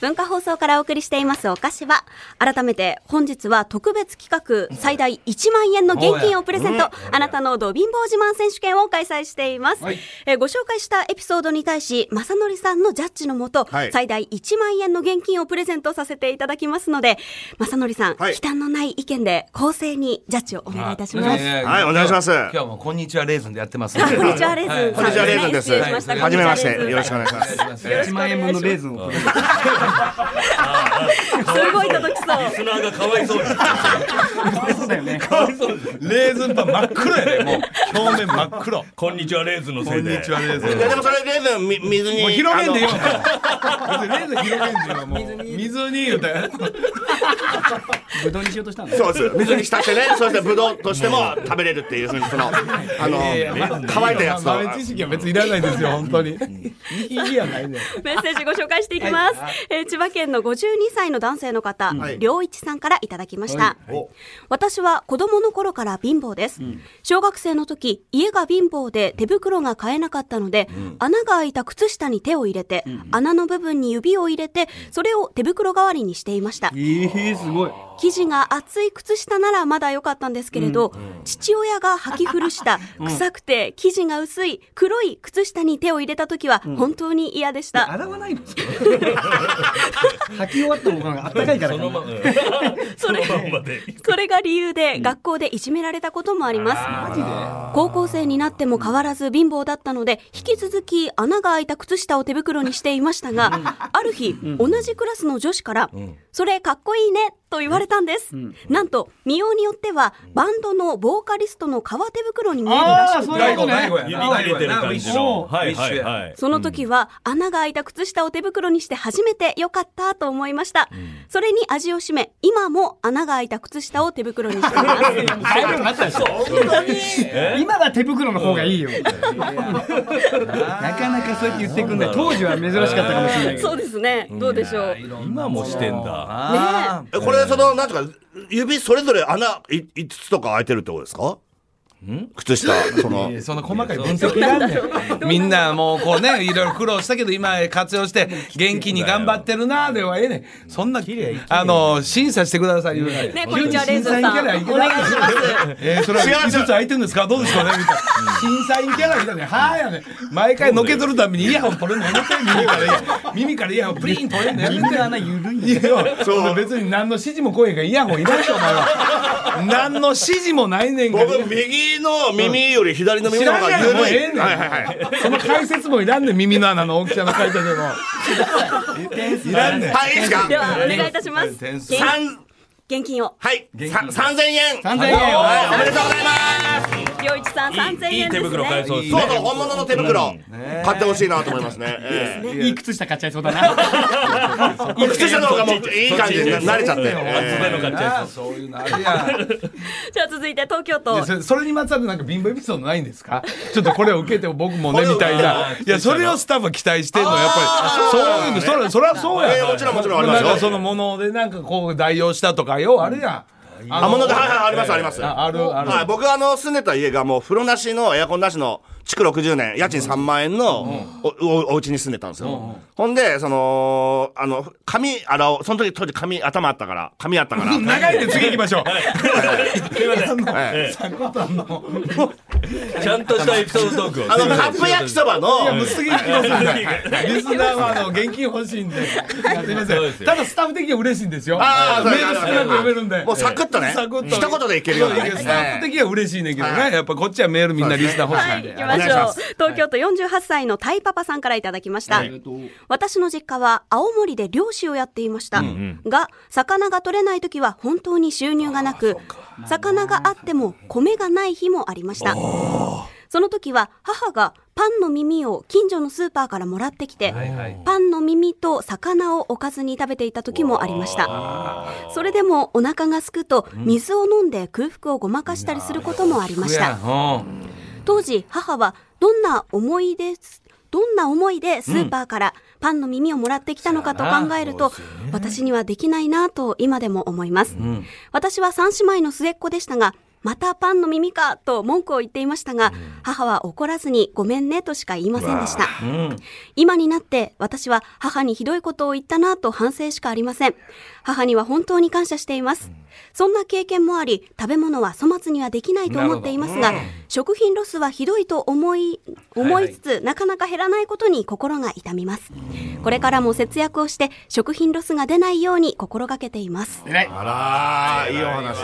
Speaker 6: 文化放送からお送りしていますお菓子は改めて本日は特別企画最大1万円の現金をプレゼントあなたのド貧乏自慢選手権を開催しています、えーご紹介したエピソードに対し正則さんのジャッジのもと、
Speaker 3: はい
Speaker 6: 最大1万円の現金をプレゼントさせていただきますので正則さん、
Speaker 3: はい
Speaker 6: 忌憚のない意見で公正にジャッジをお願いいたします
Speaker 5: やや
Speaker 3: はいお願いします
Speaker 5: 今日はもうこんにちはレーズンでやってます
Speaker 6: あこんにちはレーズン
Speaker 3: こんにちはレーズンです。
Speaker 6: 失礼しました
Speaker 3: はじめまして
Speaker 6: こんにちは
Speaker 3: よろ
Speaker 6: レーズン
Speaker 3: しくお願いします。
Speaker 2: 1万円分のレーズンを
Speaker 6: すごい届きそう
Speaker 4: リスナーがかわいそうに
Speaker 2: そうだよね
Speaker 5: レーズンパン真っ黒やで、もう。表面真っ黒。
Speaker 4: こんにちはレーズンのせいで
Speaker 5: レーズ
Speaker 3: いやでもそれレーズンみ水に。
Speaker 5: もう広げんでよ。
Speaker 3: あ
Speaker 5: 別
Speaker 3: の
Speaker 5: にレーズン広げんでよ、もう。水に言うて。
Speaker 2: ぶどうにしようとしたんだよ
Speaker 3: そうです。水に浸してね、そしてブドウとしても食べれるっていうふうにそのあの乾いたやつ
Speaker 5: 豆知
Speaker 3: と。
Speaker 5: 識は別にいらないですよ、本当に。
Speaker 2: いいやないね
Speaker 6: メッセージご紹介していきます。えー千葉県の52歳の男性の方、
Speaker 3: はい
Speaker 6: 良、一さんからいただきました、私は子供の頃から貧乏です、小学生の時、家が貧乏で手袋が買えなかったので、穴が開いた靴下に手を入れて、穴の部分に指を入れて、それを手袋代わりにしていました。
Speaker 2: ええすごい
Speaker 6: 生地が厚い靴下ならまだ良かったんですけれど、父親が履き古した臭くて生地が薄い黒い靴下に手を入れた時は本当に嫌でした、
Speaker 2: 洗わないの履き終わったものがあったかいから
Speaker 4: そ
Speaker 2: か
Speaker 4: のま
Speaker 2: な
Speaker 4: ま、うん
Speaker 6: それ
Speaker 4: そのまんまで。
Speaker 6: それが理由で学校でいじめられたこともあります高校生になっても変わらず貧乏だったので引き続き穴が開いた靴下を手袋にしていましたがある日同じクラスの女子から「それかっこいいね」と言われたんですなんと見ようによってはバンドのボーカリストの革手袋に見えるらし
Speaker 2: ああ
Speaker 6: く
Speaker 2: そういうことね
Speaker 5: 大悟や
Speaker 4: 指
Speaker 5: な
Speaker 4: 入れてる感じの。
Speaker 5: 大悟やな
Speaker 4: はいはいはい。
Speaker 6: その時は穴が開いた靴下を手袋にして初めて良かったと思いましたそれに味をしめ今も穴が開いた靴下を手袋にしています
Speaker 2: あれもあったでしょ今は手袋の方がいいよ、なかなかそうやって言ってくんない当時は珍しかったかもしれないけど
Speaker 6: そうですね。どうでしょう。ね
Speaker 4: 今もしてんだ。
Speaker 6: え。
Speaker 3: えこれそのなんとか指それぞれ穴い5つとか開いてるってことですか靴下その
Speaker 1: そんな細かい分析いらんねん
Speaker 5: みんなもうこうね、いろいろ苦労したけど、今活用して、元気に頑張ってるな、ではええねん。そんな、あの、審査してください、言うな
Speaker 6: ね
Speaker 5: ら
Speaker 6: こんにちはレンズさん
Speaker 5: 審査員キャラいけない
Speaker 6: お願いします
Speaker 5: えーそれは技術空いてるんですかどうですかねみたいな。審査員キャラみたいな。はーやねん。毎回のけ取るためにイヤホン取れんのやめて耳からイヤホン。耳からイヤホンプリン取れんのやめて。
Speaker 2: 穴緩い
Speaker 5: いやそう別に何の指示も来えへんからイヤホンいらんしお前は何の指示もないねんから
Speaker 3: 僕右の耳より左の耳
Speaker 5: 知
Speaker 3: の
Speaker 5: らん
Speaker 3: 方
Speaker 5: か
Speaker 3: が
Speaker 5: らもう
Speaker 3: 緩い
Speaker 5: ええねん、その解説もいらんねん耳の穴の大きさの解説もいらんねん
Speaker 3: はいいいですか
Speaker 6: ではお願いいたします。
Speaker 5: 点数
Speaker 6: 現
Speaker 3: 三
Speaker 6: 現金を
Speaker 3: はい三千円
Speaker 2: 3000円
Speaker 3: はいおめでとうございます
Speaker 6: 良一さん三千
Speaker 4: いい
Speaker 6: 円で
Speaker 4: 手
Speaker 6: す
Speaker 4: 袋買え
Speaker 6: ね。
Speaker 4: そうです
Speaker 3: そう
Speaker 4: ね。
Speaker 3: そう本物の手袋買ってほしいなと思いますねええ
Speaker 2: いい靴下買っちゃいそうだな
Speaker 3: 靴下の方がもういい感じにな慣れちゃって
Speaker 4: 厚手の買っちゃいそう。
Speaker 5: そういうのあるやん
Speaker 6: じゃあ続いて東京都
Speaker 5: で。それそれにまつわるなんか貧乏エピソードないんですかちょっとこれを受けても僕もねみたいないやそれをスタッフは期待してんのやっぱりそういうのそらそらそうや
Speaker 3: ええもちろんもちろんありま
Speaker 5: なん
Speaker 3: すよ
Speaker 5: かそのものでなんかこう代用したとかようあるやん
Speaker 3: あ物ではいはいありますあります
Speaker 5: ああるある
Speaker 3: はい、僕あの住んでた家がもう風呂なしのエアコンなしの築60年家賃3万円のおおお家に住んでたんですよ、ほんでそのあの髪洗おうその時当時髪頭あったから髪あっ たから
Speaker 5: 長いんで次行きましょう
Speaker 4: すいません
Speaker 3: ええ
Speaker 4: ちゃんとしたエピソードトークを。
Speaker 3: あのカップ焼きそばの
Speaker 5: もう次行きますんで リスナーはあの現金欲しいんで。すいません。
Speaker 4: そうですよ
Speaker 5: ただスタッフ的には嬉しいんですよ。
Speaker 3: あー
Speaker 5: メ
Speaker 3: そう
Speaker 5: ール少なく読めるんで。
Speaker 3: もうサクッとね
Speaker 5: サクッと
Speaker 3: 一言でいけるようなね
Speaker 5: そうスタッフ的には嬉しいねんけどね。やっぱこっちはメールみんなリスナー欲し
Speaker 6: は
Speaker 5: ん
Speaker 6: いい
Speaker 5: で。
Speaker 6: 行きまし
Speaker 3: お願いし
Speaker 6: ょ
Speaker 3: ま
Speaker 6: う。東京都48歳のタイパパさんからいただきました。私の実家は青森で漁師をやっていました、が魚が取れない時は本当に収入がなく魚があっても米がない日もありましたその時は母がパンの耳を近所のスーパーからもらってきて、パンの耳と魚をおかずに食べていた時もありましたそれでもお腹がすくと水を飲んで空腹をごまかしたりすることもありました当時母はどんな思いですどんな思いでスーパーからパンの耳をもらってきたのかと考えると、私にはできないなと今でも思います、私は三姉妹の末っ子でしたがまたパンの耳かと文句を言っていましたが、母は怒らずにごめんねとしか言いませんでした、今になって私は母にひどいことを言ったなと反省しかありません母には本当に感謝しています、そんな経験もあり食べ物は粗末にはできないと思っていますが、食品ロスはひどいと思い思いつつ、なかなか減らないことに心が痛みますこれからも節約をして食品ロスが出ないように心がけています
Speaker 3: あらーいいお話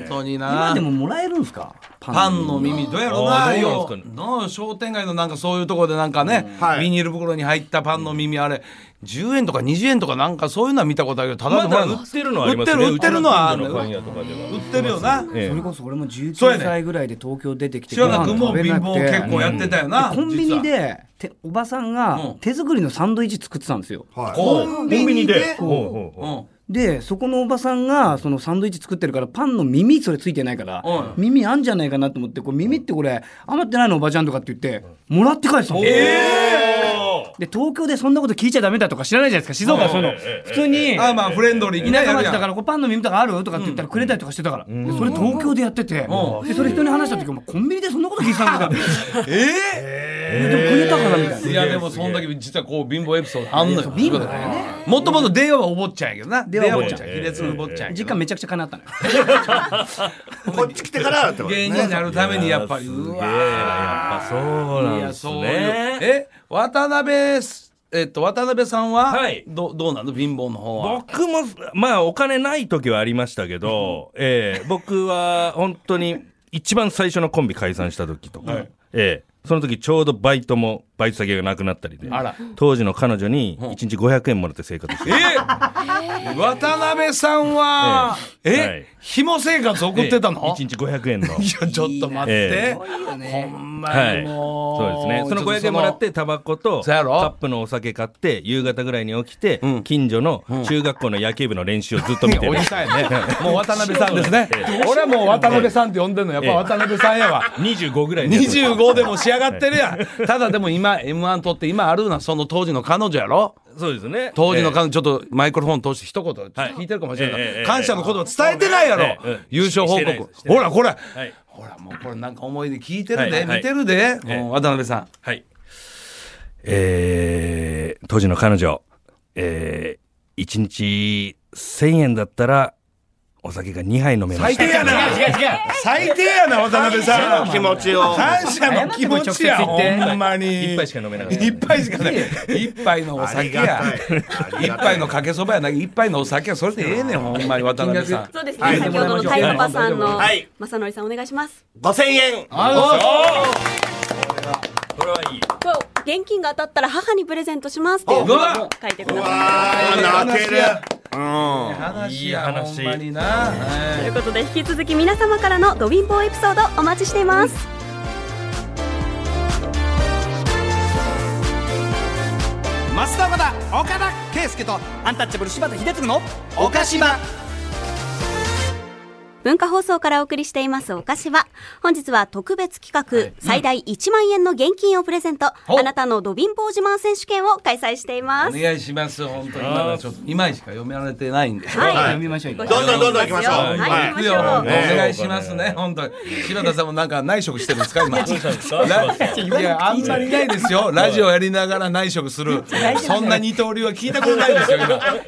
Speaker 5: 本当に
Speaker 2: 今
Speaker 5: な
Speaker 2: で。ももらえるんですか
Speaker 5: パンの耳どうやろうな
Speaker 4: あー
Speaker 5: よ
Speaker 4: どうなんです
Speaker 5: の商店街のなんかそういうところでなんかね、
Speaker 3: はい
Speaker 5: ビニール袋に入ったパンの耳あれ10円とか20円とかなんかそういうのは見たことあるけどただ
Speaker 4: ま
Speaker 5: でもら
Speaker 4: だ
Speaker 5: うの
Speaker 4: 売ってるのはあります
Speaker 5: 売っ
Speaker 4: ね。
Speaker 5: てる売ってるのはあ
Speaker 4: うち
Speaker 5: る
Speaker 4: の近所のパン屋とかでは。
Speaker 5: 売ってるよな
Speaker 4: ええ
Speaker 2: それこそ俺も19
Speaker 5: そうやね
Speaker 2: 歳ぐらいで東京出てきて
Speaker 5: 塩田君も
Speaker 2: ご飯食べ
Speaker 5: 貧
Speaker 2: なく
Speaker 5: 乏
Speaker 2: て
Speaker 5: 結構やってたよな、
Speaker 2: コンビニ
Speaker 5: 実は
Speaker 2: でておばさん
Speaker 5: う
Speaker 2: が
Speaker 5: ん
Speaker 2: 手作りのサンドイッチ作ってたんですよ
Speaker 5: コンビニで
Speaker 4: ほうほうほう
Speaker 5: うん
Speaker 2: でそこのおばさんがそのサンドイッチ作ってるからパンの耳それついてないから
Speaker 5: う
Speaker 2: 耳あんじゃないかなと思ってこう耳ってこれ余ってないのおばちゃんとかって言ってもらって帰ってたんですよで東京でそんなこと聞いちゃダメだとか知らないじゃないですか静岡はそういうの普通に
Speaker 5: あまあフレンドリーにね
Speaker 2: 田舎町
Speaker 5: や
Speaker 2: だ
Speaker 5: る
Speaker 2: か
Speaker 5: やん
Speaker 2: らこうパンの耳とかあるとかって言ったらくれたりとかしてたから、でそれ東京でやってて、でそれ人に話した時お前コンビニでそんなこと聞いてたんだから えでもくれたからみたいない
Speaker 5: やでもそんだけ実はこう貧乏エピソードあんのよ貧乏だよねもっともっと電話はお坊ちゃんやけどな電
Speaker 2: 話はお坊
Speaker 5: 坊
Speaker 2: ちゃん
Speaker 5: ちゃん卑劣のお坊ちゃんやけ
Speaker 2: 実
Speaker 5: ど
Speaker 2: 家めちゃくちゃ金あった のよ
Speaker 3: こっち来てからってことで
Speaker 5: 芸
Speaker 3: す
Speaker 5: 人にな
Speaker 3: ね。
Speaker 5: るためにやっぱり
Speaker 4: すげえ
Speaker 5: う
Speaker 4: な
Speaker 5: わ
Speaker 4: やっぱそうなんです
Speaker 5: そういう
Speaker 4: ね
Speaker 5: え渡辺すえっと渡辺さんは
Speaker 4: はい
Speaker 5: どどうなの貧乏の方は
Speaker 4: 僕もまあお金ない時はありましたけど、ええ僕は本当に一番最初のコンビ解散した時とか、ええその時ちょうどバイトもバイト先がなくなったりで
Speaker 5: あら
Speaker 4: 当時の彼女に1日500円もらって生活して
Speaker 5: え渡辺さんは
Speaker 4: ええは
Speaker 5: え
Speaker 4: い
Speaker 5: 紐生活送ってたの
Speaker 4: ?1 日500円 の。
Speaker 5: いやちょっと待って
Speaker 4: え
Speaker 5: ほんま
Speaker 4: は
Speaker 5: に
Speaker 4: い、
Speaker 5: もう
Speaker 4: そうですねその
Speaker 5: ちょっと
Speaker 4: 500円もらってタバコと
Speaker 5: そうや
Speaker 4: カ
Speaker 5: ろ
Speaker 4: ップのお酒買って夕方ぐらいに起きて、近所の中学校の野球部の練習をずっと見 て
Speaker 5: お
Speaker 4: る
Speaker 5: じさんやね。もう渡辺さんですね。俺はもう渡辺さんって呼んでるの。やっぱ渡辺さんやわ。
Speaker 4: 25ぐらいで
Speaker 5: 25でも仕上がってるやん。ただでも今、M1 取って今あるのはその当時の彼女やろ
Speaker 4: そうですね
Speaker 5: 当時の
Speaker 4: ええ
Speaker 5: 彼女、ちょっとマイクロフォン通して一言ちょっと聞いてるかもしれない
Speaker 4: えええ
Speaker 5: け
Speaker 4: え
Speaker 5: ど。感謝の言葉伝えてないや
Speaker 4: ええ
Speaker 5: ろ
Speaker 4: ええ
Speaker 5: 優勝報
Speaker 4: してない
Speaker 5: 告
Speaker 4: ですし。てない
Speaker 5: ほら、これ。
Speaker 4: はい
Speaker 5: ほら、もうこれなんか思い出聞いてる
Speaker 4: は
Speaker 5: で、
Speaker 4: いはい
Speaker 5: 見てるで。
Speaker 4: ええ
Speaker 5: もう渡辺さん。
Speaker 4: はいえー、当時の彼女えー、1日1000円だったらお酒が2杯飲めま
Speaker 5: 最
Speaker 4: し
Speaker 5: 低
Speaker 4: た
Speaker 5: やな最低やな、渡辺さん。
Speaker 3: 気持ちを。
Speaker 5: 感謝の気持ちや、
Speaker 2: 謝っても直接言って
Speaker 5: ほんまに。
Speaker 4: 一杯しか飲めなかった
Speaker 5: 一杯しかない。一杯のお
Speaker 3: あり
Speaker 5: 酒
Speaker 3: が
Speaker 5: や。
Speaker 3: たい。あり
Speaker 5: 一
Speaker 3: がたい
Speaker 5: 杯のかけそばやな一杯のお酒はそれでええねんほんまに渡辺さん
Speaker 6: そうですね、
Speaker 3: はい
Speaker 6: 先ほどの太陽パさんの
Speaker 3: はい
Speaker 6: 正則さんお願いします
Speaker 3: 5000円。
Speaker 4: これはいい
Speaker 6: これ現金が当たったら母にプレゼントしますっていう
Speaker 5: うわ
Speaker 6: 書いてくださ
Speaker 3: ああ、泣ける。
Speaker 5: 話
Speaker 4: いい
Speaker 5: や
Speaker 4: 話
Speaker 5: ほんまになはい
Speaker 6: いということで引き続き皆様からのド貧乏エピソードお待ちしています
Speaker 2: 増田和田岡田圭佑とアンタッチャブル柴田秀嗣の岡島
Speaker 6: 文化放送からお送りしていますお菓子は本日は特別企画、最大1万円の現金をプレゼントあ
Speaker 5: お
Speaker 6: なたのド貧乏自慢選手権を開催していま
Speaker 5: お
Speaker 6: す
Speaker 5: 願いします本当にまだちょっと今しか読められてないんで
Speaker 6: はい
Speaker 2: 読みましょう
Speaker 6: ご
Speaker 2: よ
Speaker 6: 紹介
Speaker 3: どんどんどんどん行きましょう
Speaker 6: はい
Speaker 3: はい
Speaker 5: 行
Speaker 6: 行きま
Speaker 5: く
Speaker 6: し
Speaker 5: よ
Speaker 6: ょう
Speaker 5: お
Speaker 4: ね
Speaker 5: 願いしますね本当に柴田さんもなんか内職してるんですか今
Speaker 2: 違う
Speaker 5: いやあんまりないですよラジオやりながら内職するそんな二刀流は聞いたことないですよ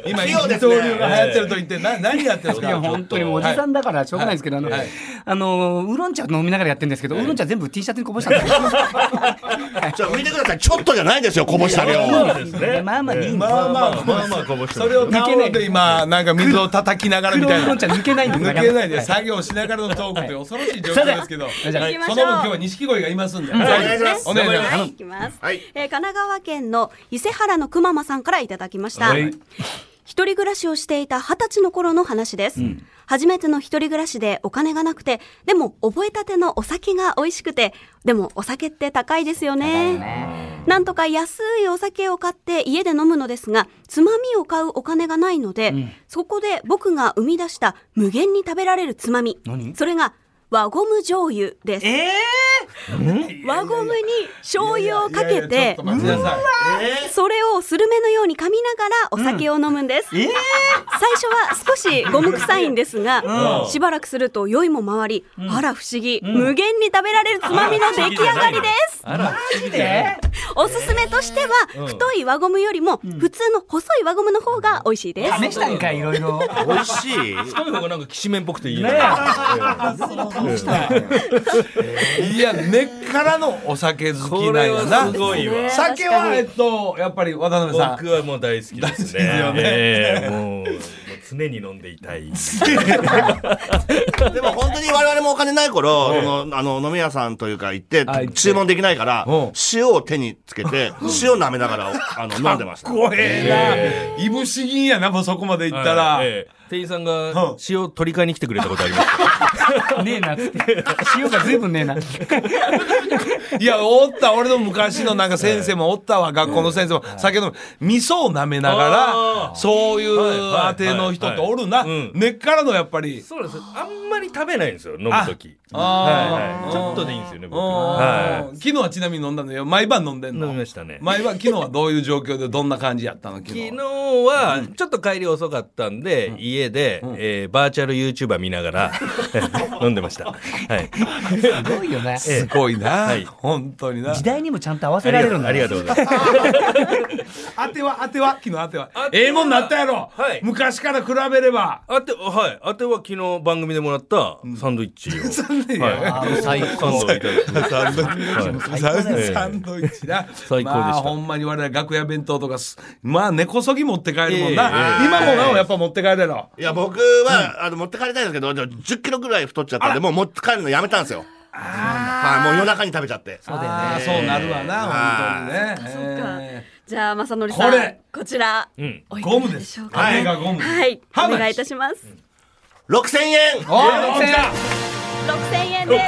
Speaker 5: 今今
Speaker 3: 器
Speaker 5: 二
Speaker 3: 用ですね
Speaker 5: 刀流が流行ってると言ってな何やってるんです
Speaker 2: い
Speaker 5: か
Speaker 2: や本当にもうおじさんだからしょうがないですけど、
Speaker 5: はい
Speaker 2: あの、あのウーロン茶飲みながらやってるんですけど、ウーロン茶全部 T シャツにこぼしたんですよ。
Speaker 3: ちょ、見てください。ちょっとじゃないですよ、こぼした量。
Speaker 2: まあまあいいんです
Speaker 5: まあまあ
Speaker 4: まあまあこぼして
Speaker 5: それをタオルで今なんか水を叩きながらみ
Speaker 2: 黒
Speaker 5: た
Speaker 2: ウ
Speaker 5: い
Speaker 2: ーロ
Speaker 5: な
Speaker 2: ン茶抜けないんです
Speaker 5: 抜けないで
Speaker 2: さ。
Speaker 5: 作業しながらのトークって恐ろしい状況ですけど、
Speaker 2: い
Speaker 5: はい
Speaker 6: 行きまし
Speaker 5: そ
Speaker 6: ょ
Speaker 5: の分
Speaker 6: う
Speaker 5: 今日は錦鯉がいますんで、お
Speaker 3: お願いします。
Speaker 5: お願いします
Speaker 6: はい、行きます、
Speaker 3: はい
Speaker 6: えー神奈川県の伊勢原のくままさんからいただきました、
Speaker 5: はい
Speaker 6: 一人暮らしをしていた二十歳の頃の話です、初めての一人暮らしでお金がなくてでも覚えたてのお酒が美味しくてでもお酒って高いですよねなんとか安いお酒を買って家で飲むのですがつまみを買うお金がないので、そこで僕が生み出した無限に食べられるつまみそれが輪ゴム醤油です輪ゴムに醤油をかけ
Speaker 5: いやいや
Speaker 6: て
Speaker 5: ちょっと待ってください
Speaker 6: それをスルメのように噛みながらお酒を飲むんです、最初は少しゴム臭いんですが、しばらくすると酔いも回り、あら不思議、無限に食べられるつまみの出来上がりですおすすめとしては太い輪ゴムよりも普通の細い輪ゴムの方が美味しいです、
Speaker 2: 試したんかい、いろいろ。
Speaker 3: 美味しい。
Speaker 4: 太い方がなんかきしめんっぽくていいね
Speaker 5: いや根っからのお酒好き
Speaker 4: こ
Speaker 5: なん
Speaker 4: れ
Speaker 5: や
Speaker 4: は
Speaker 5: な
Speaker 4: すごいわ
Speaker 5: 酒
Speaker 6: 確か
Speaker 5: は
Speaker 6: に
Speaker 5: えっとやっぱり渡辺さん
Speaker 4: 僕はもう大好きですね。
Speaker 5: 大好きですよね
Speaker 4: ええもうもう常に飲んでいたい。
Speaker 3: でも本当に我々もお金ない頃、そのあの飲み屋さんというか行って
Speaker 5: あ行って
Speaker 3: 注文できないから
Speaker 5: うん、
Speaker 3: 塩を手につけ て、塩舐めながらあの飲んでました。
Speaker 5: 怖えな、いぶし銀やなもうそこまでいったら、
Speaker 4: ええ店員さんが
Speaker 5: ん
Speaker 4: 塩取り替えに来てくれたことあります。
Speaker 2: ねえなっつって。塩が随分ねえな。
Speaker 5: いやおった俺の昔のなんか先生もおったわ学校の先生も酒飲む味噌を舐めながらそういう
Speaker 4: はいはい
Speaker 5: あての人っておるな、
Speaker 4: はいうん
Speaker 5: 根っからのやっぱり
Speaker 4: そうですあんまり食べないんですよ飲む時はい
Speaker 5: あ
Speaker 4: は
Speaker 5: ー
Speaker 4: いちょっとでいいんですよね僕
Speaker 5: あ
Speaker 4: は
Speaker 5: ー昨日はちなみに飲んだのよ毎晩飲んで
Speaker 4: い
Speaker 5: ん
Speaker 4: 飲
Speaker 5: の
Speaker 4: みましたね
Speaker 5: 毎晩昨日はどういう状況でどんな感じやったの昨
Speaker 4: 昨
Speaker 5: 日
Speaker 4: 日はちょっと帰り遅かったんで、家で、えーバーチャル YouTuber 見なが ら飲んでましたはい
Speaker 2: すごいよね。
Speaker 5: すごいな、
Speaker 4: はい
Speaker 5: 本当にな
Speaker 2: 時代にもちゃんと合わ
Speaker 4: あ
Speaker 2: せら
Speaker 4: り
Speaker 2: れ
Speaker 4: が
Speaker 2: る
Speaker 4: と
Speaker 2: ん
Speaker 4: う
Speaker 2: だ
Speaker 4: あり
Speaker 2: と
Speaker 4: がとうございます
Speaker 5: 当ては当ては昨日当ては
Speaker 4: 当ては
Speaker 5: ええもんなったやろ、
Speaker 4: はい
Speaker 5: 昔から比べれば
Speaker 4: あてはいあては昨日番組でもらった サンドイッチを、 はい
Speaker 2: あ最
Speaker 4: サン
Speaker 2: 高
Speaker 4: ドをいただきました
Speaker 5: サンドイッチ。サンドイッチサンド
Speaker 4: 最高だよ
Speaker 5: イッチな。
Speaker 4: 最高でした
Speaker 5: まあ、ほんまに我々楽屋弁当とかす、まあ、根こそぎ持って帰るもんな。
Speaker 4: ええ
Speaker 5: 今もなおやっぱ持って帰るやろ。
Speaker 3: いや、僕は、あの、持って帰りたいんですけど、1 0キロぐらい太っちゃったんで、もう持って帰るのやめたんですよ。はい、もう夜中に食べちゃって。
Speaker 2: そうだよね
Speaker 5: ああ、そうなるわな、本当にね。え
Speaker 6: じゃあ正則さん
Speaker 5: これ
Speaker 6: ちら、
Speaker 4: ん
Speaker 6: おいくらでしょうかね
Speaker 5: ゴムですはいゴム
Speaker 6: はい
Speaker 5: ハウマッチ
Speaker 6: お願いいたします
Speaker 3: 6000円
Speaker 5: えおい、来た
Speaker 6: 6000円で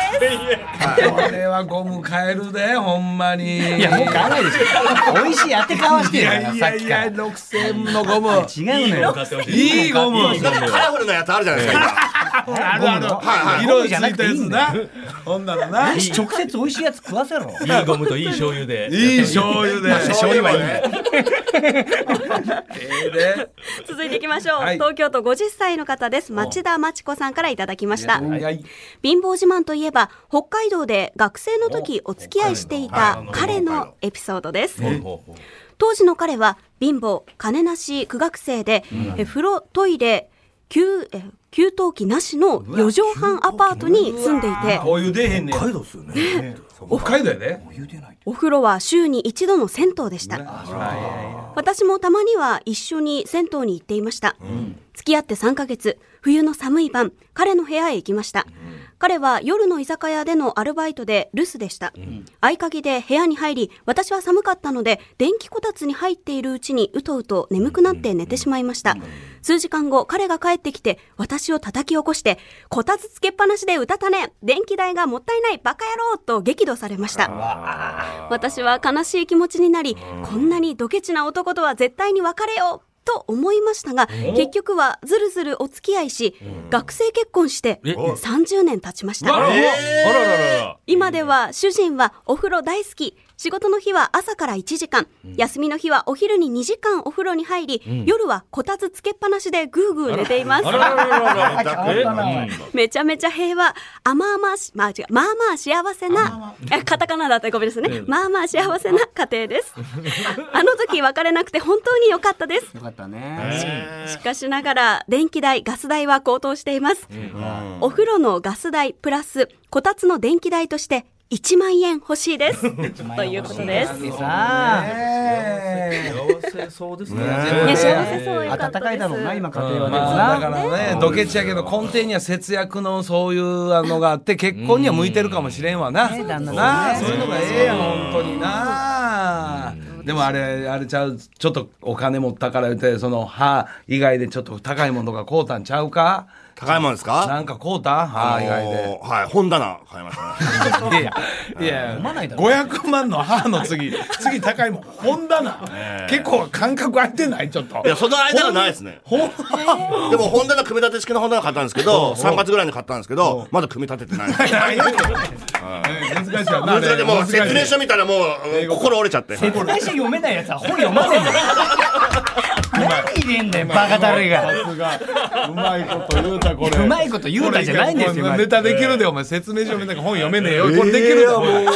Speaker 6: す
Speaker 5: これはゴム買えるで、 ほんまに。
Speaker 2: い
Speaker 5: い
Speaker 2: や、もう買わないでしょ。美味しい当てかわしてるから、
Speaker 5: い
Speaker 2: さ
Speaker 5: や
Speaker 2: っ
Speaker 5: い
Speaker 2: き
Speaker 5: や
Speaker 2: か、
Speaker 5: 6000のゴム。
Speaker 2: ら。違うのよ。
Speaker 5: いいゴム。
Speaker 3: なんかカラフルなやつあるじゃないですか。
Speaker 5: あるある。
Speaker 3: はいはい
Speaker 5: 色ついたやつな。ほんならな。い
Speaker 2: 直接美味しいやつ食わせろ。
Speaker 4: いいゴムといい醤油で
Speaker 5: い醤油 で。
Speaker 3: 醤油はいいね。
Speaker 5: ええで。
Speaker 6: 続いていきましょう、
Speaker 5: はい
Speaker 6: 東京都50歳の方です町田真知子さんからいただきました
Speaker 5: はい
Speaker 6: 貧乏自慢といえば北海道で学生の時お付き合いしていた彼のエピソードです
Speaker 4: ほうほう
Speaker 6: 当時の彼は貧乏金なし苦学生で、え風呂トイレ給え給湯器なしの4畳半アパートに住んでいて
Speaker 5: お湯出へんねん。北海道っすよね。北海道やで。
Speaker 6: お風呂は週に一度の銭湯でした私もたまには一緒に銭湯に行っていました、付き合って3ヶ月冬の寒い晩彼の部屋へ行きました、彼は夜の居酒屋でのアルバイトで留守でした、合鍵で部屋に入り私は寒かったので電気こたつに入っているうちにうとうと眠くなって寝てしまいました、数時間後彼が帰ってきて私を叩き起こして「こたつつけっぱなしでうたたね電気代がもったいないバカ野郎!」と激怒されました私は悲しい気持ちになり、こんなにドケチな男とは絶対に別れようと思いましたが、結局はずるずるお付き合いし、学生結婚して
Speaker 4: え
Speaker 6: 30年経ちました。
Speaker 4: あらあらららら
Speaker 6: 今では主人はお風呂大好き。仕事の日は朝から1時間、休みの日はお昼に2時間お風呂に入り、夜はこたつつけっぱなしでぐーぐー寝ています
Speaker 4: あ。らららららら
Speaker 2: あったなおい
Speaker 6: めちゃめちゃ平和甘々し、まあ、違うまあまあ幸せなえカタカナだったらごめんなさいね、まあまあ幸せな家庭ですあの時別れなくて本当に良かったです
Speaker 2: よかったね。
Speaker 6: しかしながら電気代ガス代は高騰しています、お風呂のガス代プラスこたつの電気代として1万円欲しいですということです
Speaker 2: でさ
Speaker 4: 幸せそうですね
Speaker 6: いや幸せそうよか
Speaker 2: あ、
Speaker 6: ったです
Speaker 2: 暖かいだろうな、今家庭
Speaker 5: まあだか
Speaker 2: はでもな。
Speaker 5: らね、ドケチやけど根底には節約のそういうあのがあって結婚には向いてるかもしれんわな。
Speaker 2: ね旦那さんね
Speaker 5: なあそういうのがええやん本当にな。でもあれあれちゃうちょっとお金持ったから言ってその歯以外でちょっと高いものが買うたんちゃうか。
Speaker 3: 高いもんです
Speaker 5: な
Speaker 3: か
Speaker 5: んか買うた歯以外で。
Speaker 3: あのーはい、本棚買いましたね。
Speaker 5: いやいや、飲まないだろ。500万の母の次、 次高いもん。本棚。結構間隔空いてないちょっと。
Speaker 3: いや、その間はないですね。
Speaker 5: ほん
Speaker 3: でも、本棚組み立て式の本棚買ったんですけど、3月ぐらいに買ったんですけど、まだ組み立ててない。
Speaker 5: 難しいわな。あ
Speaker 3: それ
Speaker 5: れ
Speaker 3: でもう説明書見たらもう心折れちゃって。
Speaker 2: 説明書読めないやつは本読ませんだよ。何入れんだよ、バカだるいが。
Speaker 5: さすがうまいこと言うたこれ
Speaker 2: うまいこと言うたじゃないんですよ
Speaker 5: これ
Speaker 2: まず
Speaker 5: ネタできるでお前説明書みたいな本読めねえよこれできる
Speaker 3: い
Speaker 5: で
Speaker 3: や
Speaker 5: お
Speaker 3: もう
Speaker 5: 前こ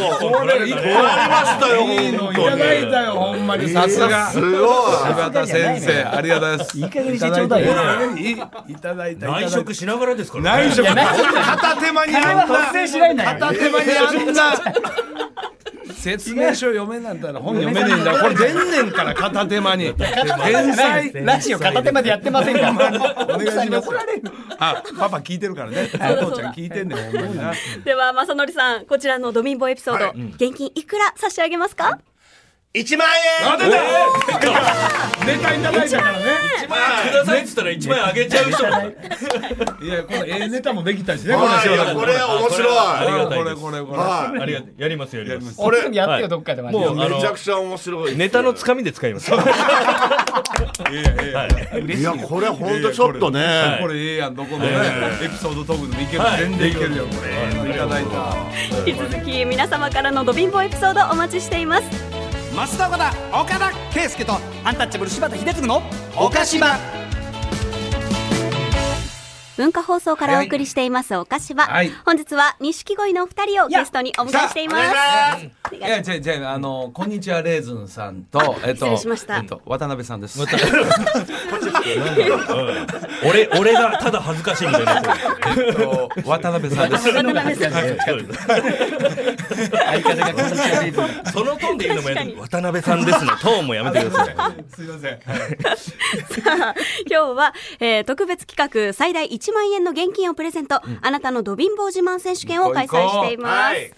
Speaker 5: れいい
Speaker 3: 終わりましたよ、
Speaker 5: いいの
Speaker 3: 本
Speaker 5: い
Speaker 3: 当
Speaker 5: た
Speaker 3: に。
Speaker 5: だいたよほんまにさすが
Speaker 3: すごい。
Speaker 5: 柴田先生ありがとうございます
Speaker 2: いい加減にしてちょうだいよ
Speaker 5: いいいただいた
Speaker 4: 内職しながらですからね
Speaker 5: 内職片手間に
Speaker 2: 金
Speaker 5: あ
Speaker 2: は
Speaker 5: んな
Speaker 2: 発生しないんだよ。
Speaker 5: 片手間にあんな説明書読めなんだら本読めねえんだこれ出んねんから片手間に天才
Speaker 2: ラジオ片手までやってませんから。
Speaker 5: お願いします
Speaker 2: 怒られる。
Speaker 5: あパパ聞いてるからねお父ちゃん聞いてんねんほんまにな
Speaker 6: では正則さんこちらのドミンボエピソード、現金いくら差し上げますか
Speaker 3: 1万円
Speaker 5: あ出た
Speaker 7: ネタいただいたからね。
Speaker 4: 1万円くださいっつったら1万円あげちゃう人も
Speaker 7: いや、このええネタもできたしね、こ
Speaker 3: は
Speaker 7: れ。
Speaker 3: いいやこれ面
Speaker 4: あり
Speaker 3: 白い。
Speaker 4: がた
Speaker 7: これ
Speaker 4: いです
Speaker 7: これこれ。
Speaker 3: は
Speaker 4: ありがたいやりますやります
Speaker 2: これやってよどっかでマジで
Speaker 4: もうあ
Speaker 3: い。めちゃ
Speaker 4: の
Speaker 3: くちゃ面白い。
Speaker 4: ネタのつかみで使います
Speaker 3: いやこれ本当ちょっとね。
Speaker 7: これええやん、どこのね、エピソードトークでもいける、全然いけるよ、これ。ええのいただいた。
Speaker 6: 引き続き皆様からのドビンボエピソードお待ちしています
Speaker 5: 増田岡田岡田
Speaker 2: 圭介とアンタッチャブル柴田秀嗣の岡島
Speaker 6: 文化放送からお送りしていますお菓子は、
Speaker 7: はい
Speaker 6: 本日は錦鯉のお二人をゲストにお迎えしていますお
Speaker 5: い
Speaker 6: 願いし
Speaker 5: や違う違うあのこんにちはレーズンさんとえっ
Speaker 6: 失礼しました
Speaker 5: えっと渡辺さんです。
Speaker 4: 俺俺がただ恥ずかしいみたいな
Speaker 5: えっと渡辺さんです。
Speaker 6: 渡辺さん
Speaker 2: 相方が感じられる
Speaker 4: そのトーンで言うのもやめて渡辺さんですのトーンもやめてください
Speaker 7: すいません。
Speaker 6: 今日は、えー特別企画最大1万円の現金をプレゼント、あなたのド貧乏自慢選手権を開催しています、
Speaker 3: はい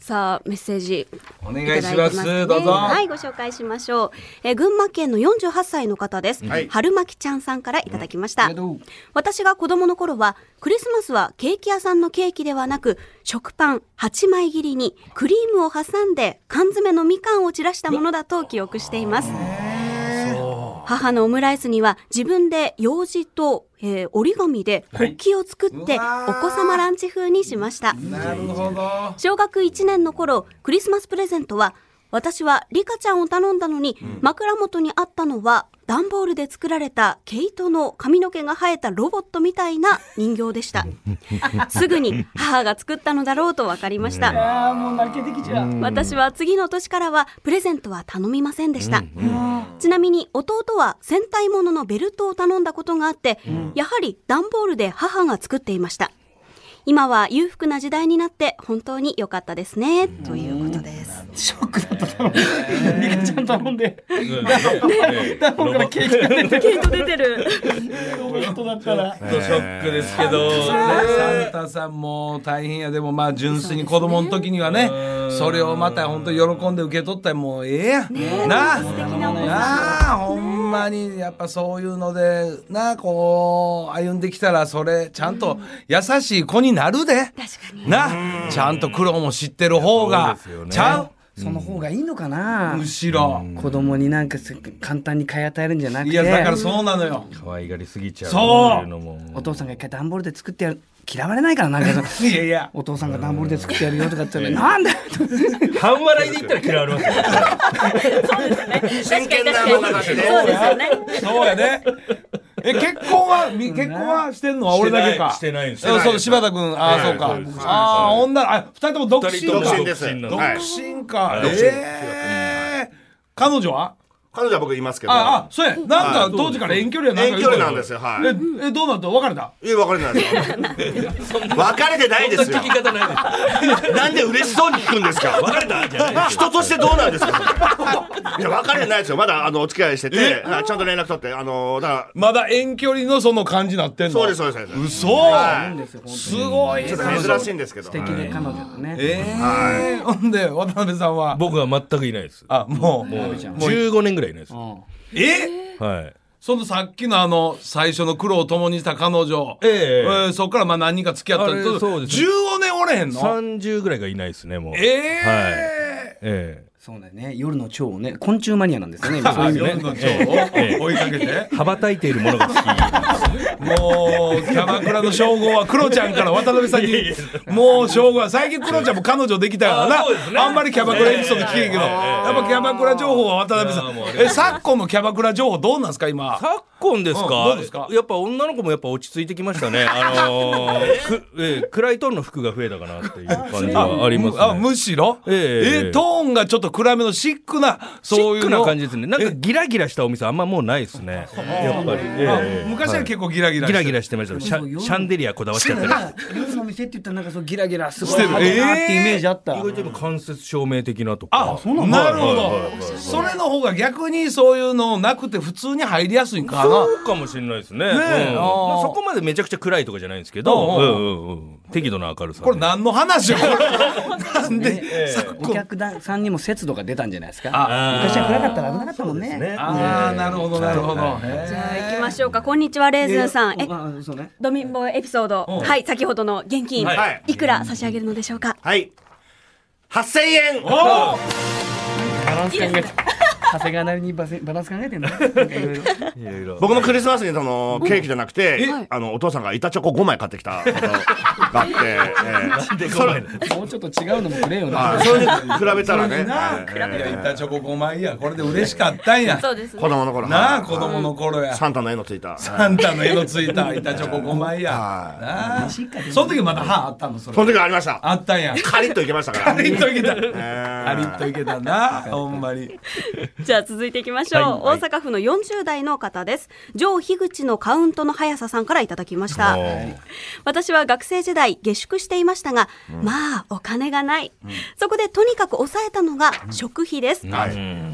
Speaker 6: さあメッセージ
Speaker 5: お願いします
Speaker 6: ただいてね
Speaker 5: どうぞ
Speaker 6: はいご紹介しましょう、えー群馬県の48歳の方です、
Speaker 3: はい
Speaker 6: 春巻ちゃんさんからいただきました、
Speaker 2: りがとう
Speaker 6: 私が子供の頃はクリスマスはケーキ屋さんのケーキではなく食パン8枚切りにクリームを挟んで缶詰のみかんを散らしたものだと記憶しています母のオムライスには自分で用紙と、えー折り紙で国旗を作ってお子様ランチ風にしました、
Speaker 5: なるほど。
Speaker 6: 小学1年の頃クリスマスプレゼントは私はリカちゃんを頼んだのに、枕元にあったのは段ボールで作られた毛糸の髪の毛が生えたロボットみたいな人形でしたすぐに母が作ったのだろうと分かりました
Speaker 2: あーもう泣けてきちゃう
Speaker 6: 私は次の年からはプレゼントは頼みませんでした、ちなみに弟は戦隊もののベルトを頼んだことがあって、やはり段ボールで母が作っていました今は裕福な時代になって本当に良かったですね、ということです
Speaker 2: ショックだった頼むリカちゃん頼んで
Speaker 4: ロボ
Speaker 2: 頼むから
Speaker 4: ッ
Speaker 2: ケーキが出て
Speaker 6: ケイト出てる
Speaker 2: 人だったら
Speaker 4: トショックですけど
Speaker 5: サンタさんも大変やでもまあ純粋に子供の時にはねそれをまた本当喜んで受け取ったらもうええやん、なあ
Speaker 6: 素敵なお子さん
Speaker 5: なあほんまにやっぱそういうのでなあこう歩んできたらそれちゃんと優しい子になるで
Speaker 6: 確かに
Speaker 5: なあちゃんと苦労も知ってる方が
Speaker 4: そうですよね
Speaker 5: ちゃ
Speaker 2: その方がいいのかな
Speaker 5: うむしろ
Speaker 2: 子供になんかす簡単に買い与えるんじゃなく
Speaker 5: い
Speaker 2: て
Speaker 5: やだからそうなのよ
Speaker 4: 可愛がりすぎちゃう
Speaker 5: そう
Speaker 4: っていうのも
Speaker 2: お父さんが一回段ボールで作ってやる嫌われないからなんか そ
Speaker 5: い
Speaker 2: の
Speaker 5: やいや
Speaker 2: お父さんが段ボールで作ってやるよとかって言ったらなんだよ
Speaker 4: 半笑いで言ったら嫌われますよ
Speaker 3: 真剣な物語で。
Speaker 6: そうですよね
Speaker 5: そうやねえ結婚はみ結婚はしてんのは俺だけか
Speaker 4: してないしてない
Speaker 5: あ
Speaker 4: んです
Speaker 5: そ
Speaker 4: よ
Speaker 5: う柴田君ああそうかああ女のあ二人とも独身
Speaker 4: 二人とも
Speaker 5: か
Speaker 3: 独身です
Speaker 4: 独身なの
Speaker 5: 独
Speaker 3: はい
Speaker 5: 身かええ彼女は
Speaker 3: 彼女は僕いますけど。
Speaker 5: ああそうやなんか当時から遠距離やなんか
Speaker 3: 遠距離なんですよ。はい。
Speaker 5: ええどうなった別れた
Speaker 3: いや別れてないですよ。別れてないですよ
Speaker 4: 聞。き方ないです
Speaker 3: なんで嬉しそうに聞くんですか。
Speaker 4: 別れたじゃな い
Speaker 3: 人としてどうなんですか。 いや別れてないですよ。まだあのお付き合いしてて、はいちゃんと連絡取ってあのだから
Speaker 5: まだ遠距離のその感じなってんの
Speaker 3: そうですそうです。そうです
Speaker 5: 嘘
Speaker 3: は
Speaker 5: すごい
Speaker 3: い。ちょっと珍しいんですけど。
Speaker 2: 素敵で彼女とね、
Speaker 5: ええほんで渡辺さんは
Speaker 4: 僕は全くいないです
Speaker 5: あもう
Speaker 4: もう15年ぐらいいないですは
Speaker 5: え
Speaker 4: い
Speaker 5: そのさっきのあの最初の苦労を共にした彼女
Speaker 4: ええ
Speaker 5: えーそっからまあ何人か付き合ったり
Speaker 4: あれそうです
Speaker 5: 15年おれへんの
Speaker 4: 30ぐらいがいないですねもう
Speaker 5: ええ
Speaker 4: はいえ
Speaker 2: そうだよね夜の蝶をね昆虫マニアなんですよね 今そういう意
Speaker 5: 夜
Speaker 2: 味でね
Speaker 5: の蝶
Speaker 4: ええ
Speaker 5: を追いかけて
Speaker 4: え羽ばたいているものが好き
Speaker 5: もうキャバクラの称号はクロちゃんから渡辺さんにもう称号は最近クロちゃんも彼女できたから
Speaker 4: あそうですね
Speaker 5: なあんまりキャバクラエピソード聞けんけど
Speaker 4: ええ
Speaker 5: やっぱキャバクラ情報は渡辺さ
Speaker 4: いやもうあ
Speaker 5: ん
Speaker 4: れ
Speaker 5: え昨今のキャバクラ情報どうなんですか今
Speaker 4: 昨今ですか,、
Speaker 5: うんどうですか
Speaker 4: やっぱ女の子もやっぱ落ち着いてきましたね。あのー、くえー暗いトーンの服が増えたかなっていう感じはあります
Speaker 5: あ
Speaker 4: ね。
Speaker 5: むしろ
Speaker 4: ええ
Speaker 5: えトーンがちょっと暗めのシックな
Speaker 4: シ
Speaker 5: そうい
Speaker 4: ッ
Speaker 5: う
Speaker 4: ク
Speaker 5: の
Speaker 4: な感じですね。なんかギラギラしたお店あんまもうないですね。やっぱり。
Speaker 5: あ
Speaker 4: ええ
Speaker 5: 昔は結構ギラギラし
Speaker 4: ギ
Speaker 5: て
Speaker 4: ラギラしてました。シャシャンデリアこだわっちゃったり。
Speaker 2: 夜の店って言ったらなんかそうギラギラすごい
Speaker 5: してる
Speaker 2: 派手だなってイメージあった、
Speaker 4: 意外とやっぱ間接照明的なとか。
Speaker 5: あなるほ
Speaker 4: はいはい
Speaker 5: ど
Speaker 4: はい
Speaker 5: それの方が逆にそういうのなくて普通に入りやすいんかな
Speaker 4: そうかもしれないですね。
Speaker 5: え
Speaker 4: うん
Speaker 5: あー
Speaker 4: まあそこまでめちゃくちゃ暗いとかじゃないんですけど、
Speaker 5: うん
Speaker 4: うんうんうん適度な明るさで。
Speaker 5: これ何の話よこれなんで、
Speaker 2: お客さんにも節度が出たんじゃないですか昔は暗かったら危なかったもんね
Speaker 5: ああなるほどなるほど、
Speaker 6: じゃあ行きましょうか。こんにちはレーズンさん。え、
Speaker 2: あそうね
Speaker 6: ドミンボエピソード。はい、先ほどの現金、
Speaker 3: はい
Speaker 6: い、くら差し上げるのでしょうか。
Speaker 3: はい。8000円
Speaker 2: バランス考えて長谷川なりにバセバランス考えてんだなんかいろいろ
Speaker 3: 僕もクリスマスにそのケーキじゃなくて、あのお父さんが板チョコ5枚買ってき たことがあって、ええそれ
Speaker 2: もうちょっと違うのもくれよな
Speaker 3: はいそれに比べたらね、
Speaker 5: いや
Speaker 3: え
Speaker 5: いったチョコ5枚やこれで嬉しかったんや
Speaker 6: そうです
Speaker 3: え
Speaker 6: ね。
Speaker 3: 子供の頃
Speaker 5: なあ
Speaker 3: はい
Speaker 5: 子供の頃や
Speaker 3: サンタの絵のついた。
Speaker 5: サンタの絵のついた板チョコ5枚や
Speaker 3: はい
Speaker 5: なあその時まだ歯あったのそれ
Speaker 3: その時はありました。
Speaker 5: あった んや
Speaker 3: カリッといけましたから。
Speaker 5: カリッといけた
Speaker 3: ええ
Speaker 5: カリッといけたなほんまに
Speaker 6: じゃあ続いていきましょう、大阪府の40代の方です上樋口のカウントの速ささんからいただきました私は学生時代下宿していましたが、まあお金がない、そこでとにかく抑えたのが食費です、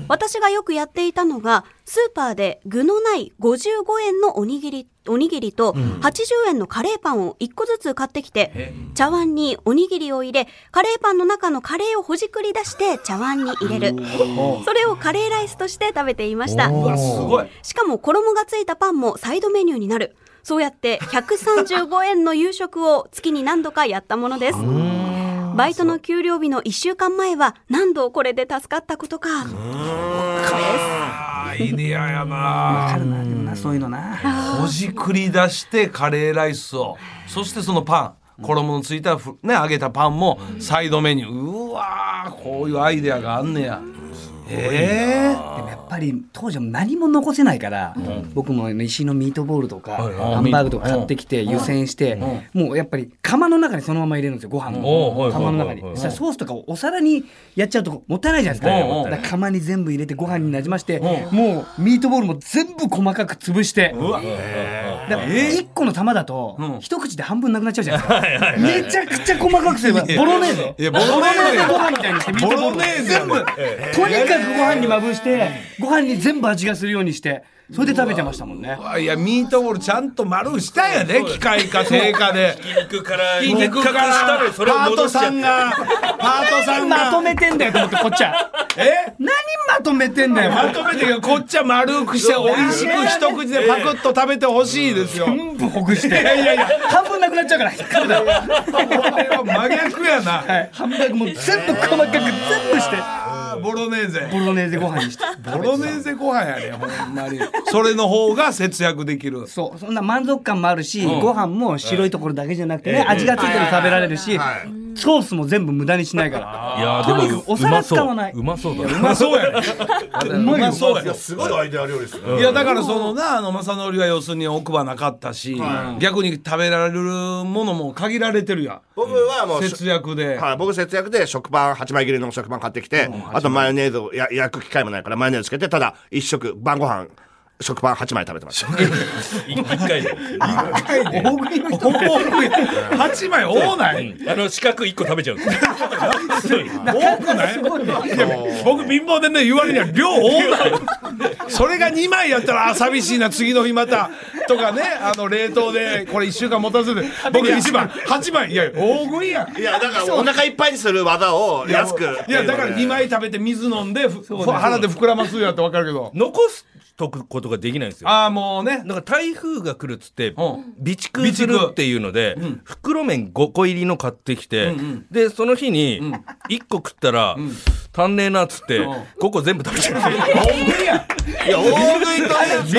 Speaker 6: 私がよくやっていたのがスーパーで具のない55円のおにぎりおにぎりと80円のカレーパンを1個ずつ買ってきて、茶碗におにぎりを入れカレーパンの中のカレーをほじくり出して茶碗に入れるそれをカレーライスとして食べていました
Speaker 5: すごい
Speaker 6: しかも衣がついたパンもサイドメニューになるそうやって135円の夕食を月に何度かやったものですバイトの給料日の1週間前は何度これで助かったことか
Speaker 5: ああいいねややな
Speaker 2: あるなでもなそういうのな
Speaker 5: ほじくり出してカレーライスをそしてそのパン衣のついたふね揚げたパンもサイドメニューうわーこういうアイデアがあんねやええ
Speaker 2: でもやっぱり当時は何も残せないから僕も石のミートボールとかハンバーグとか買ってきて湯煎してもうやっぱり釜の中にそのまま入れるんですよご飯
Speaker 4: おう
Speaker 2: の
Speaker 4: はい
Speaker 2: 釜の中に
Speaker 4: はいはいはい
Speaker 2: そしたらソースとかをお皿にやっちゃうともったいないじゃないです
Speaker 4: うんう
Speaker 2: か
Speaker 4: ん
Speaker 2: だから釜に全部入れてご飯になじましてもうミートボールも全部細かく潰してだから1個の玉だと一口で半分なくなっちゃうじゃないですかめちゃくちゃ細かくすればボロネーゼ
Speaker 5: いやボロネーゼ
Speaker 2: ご飯みたいにしてミートボール
Speaker 5: ボ
Speaker 2: を
Speaker 5: ロネーゼ
Speaker 2: 全部とにかくご飯にまぶしてご飯に全部味がするようにしてそれで食べてましたもんね
Speaker 5: あいやミートボールちゃんと丸したんやね機械化成果で
Speaker 4: 肉から
Speaker 5: ひき肉か
Speaker 4: せっからくしたのにそれを
Speaker 5: パー
Speaker 4: 戻
Speaker 5: ト
Speaker 4: しちゃ
Speaker 5: さ
Speaker 4: っ
Speaker 5: ん
Speaker 4: て
Speaker 5: がパートさ
Speaker 2: 何
Speaker 5: ん
Speaker 2: まと
Speaker 5: が
Speaker 2: めてんだよと思ってこっちは
Speaker 5: え
Speaker 2: 何まとめてんだよ
Speaker 5: まとめてこっちは丸くして美味しく一口でパクッと食べてほしい ですよ
Speaker 2: 全部ほぐしていやいやいや半分なくなっちゃうから引っかかるだろ
Speaker 5: これは真逆やな
Speaker 2: はいハンバーグも全部細かく全部して
Speaker 5: あーボロネーゼ
Speaker 2: ボロネーゼご飯にして
Speaker 5: ボロネーゼご飯やねほん まにそれの方が節約でき る
Speaker 2: そうそんな満足感もあるし、ご飯も白いところだけじゃなくてね、味がついてるの食べられるし、ソースも全部無駄にしないから
Speaker 4: いや
Speaker 2: とに
Speaker 4: ーで
Speaker 2: か
Speaker 4: も
Speaker 2: くお皿使わないう
Speaker 4: まそうだ
Speaker 5: う
Speaker 4: ね。
Speaker 5: まそうやねう
Speaker 2: まいよ
Speaker 5: そうやね
Speaker 3: すごいアイデア料理ですね。
Speaker 5: いやだからそのなあの正則は要するに奥歯なかったし、逆に食べられるものも限られてるや
Speaker 3: 僕はも
Speaker 5: ん
Speaker 3: う
Speaker 5: 節約で、
Speaker 3: はい、僕節約で食パン8枚切りの食パン買ってきて、あとマヨネーズをや焼く機会もないからマヨネーズつけてただ一食晩ご飯食パン8枚食べてました
Speaker 4: 一回で。
Speaker 2: 大食いの人
Speaker 5: お8枚多ない
Speaker 4: あの、四角一個食べちゃう んですよ。
Speaker 5: 多くない僕貧乏でね言われりゃ量多ない それが2枚やったらあ寂しいな次の日またとかねあの冷凍でこれ1週間持たせて僕1枚8枚いや大食いやん
Speaker 3: いやだからお腹いっぱいにする技を安く
Speaker 5: いやだから2枚食べて水飲んでふ腹で膨らますやって分かるけど
Speaker 4: 残すとくことができないんですよ。
Speaker 5: ああもうね
Speaker 4: なんか台風が来るっつって、備
Speaker 5: ん
Speaker 4: 蓄するっていうので、袋麺5個入りの買ってきて、で、その日に、1個食ったら、足んねえなっつって、5個全部食べちゃう。
Speaker 5: 大食いやん
Speaker 3: いや大食い と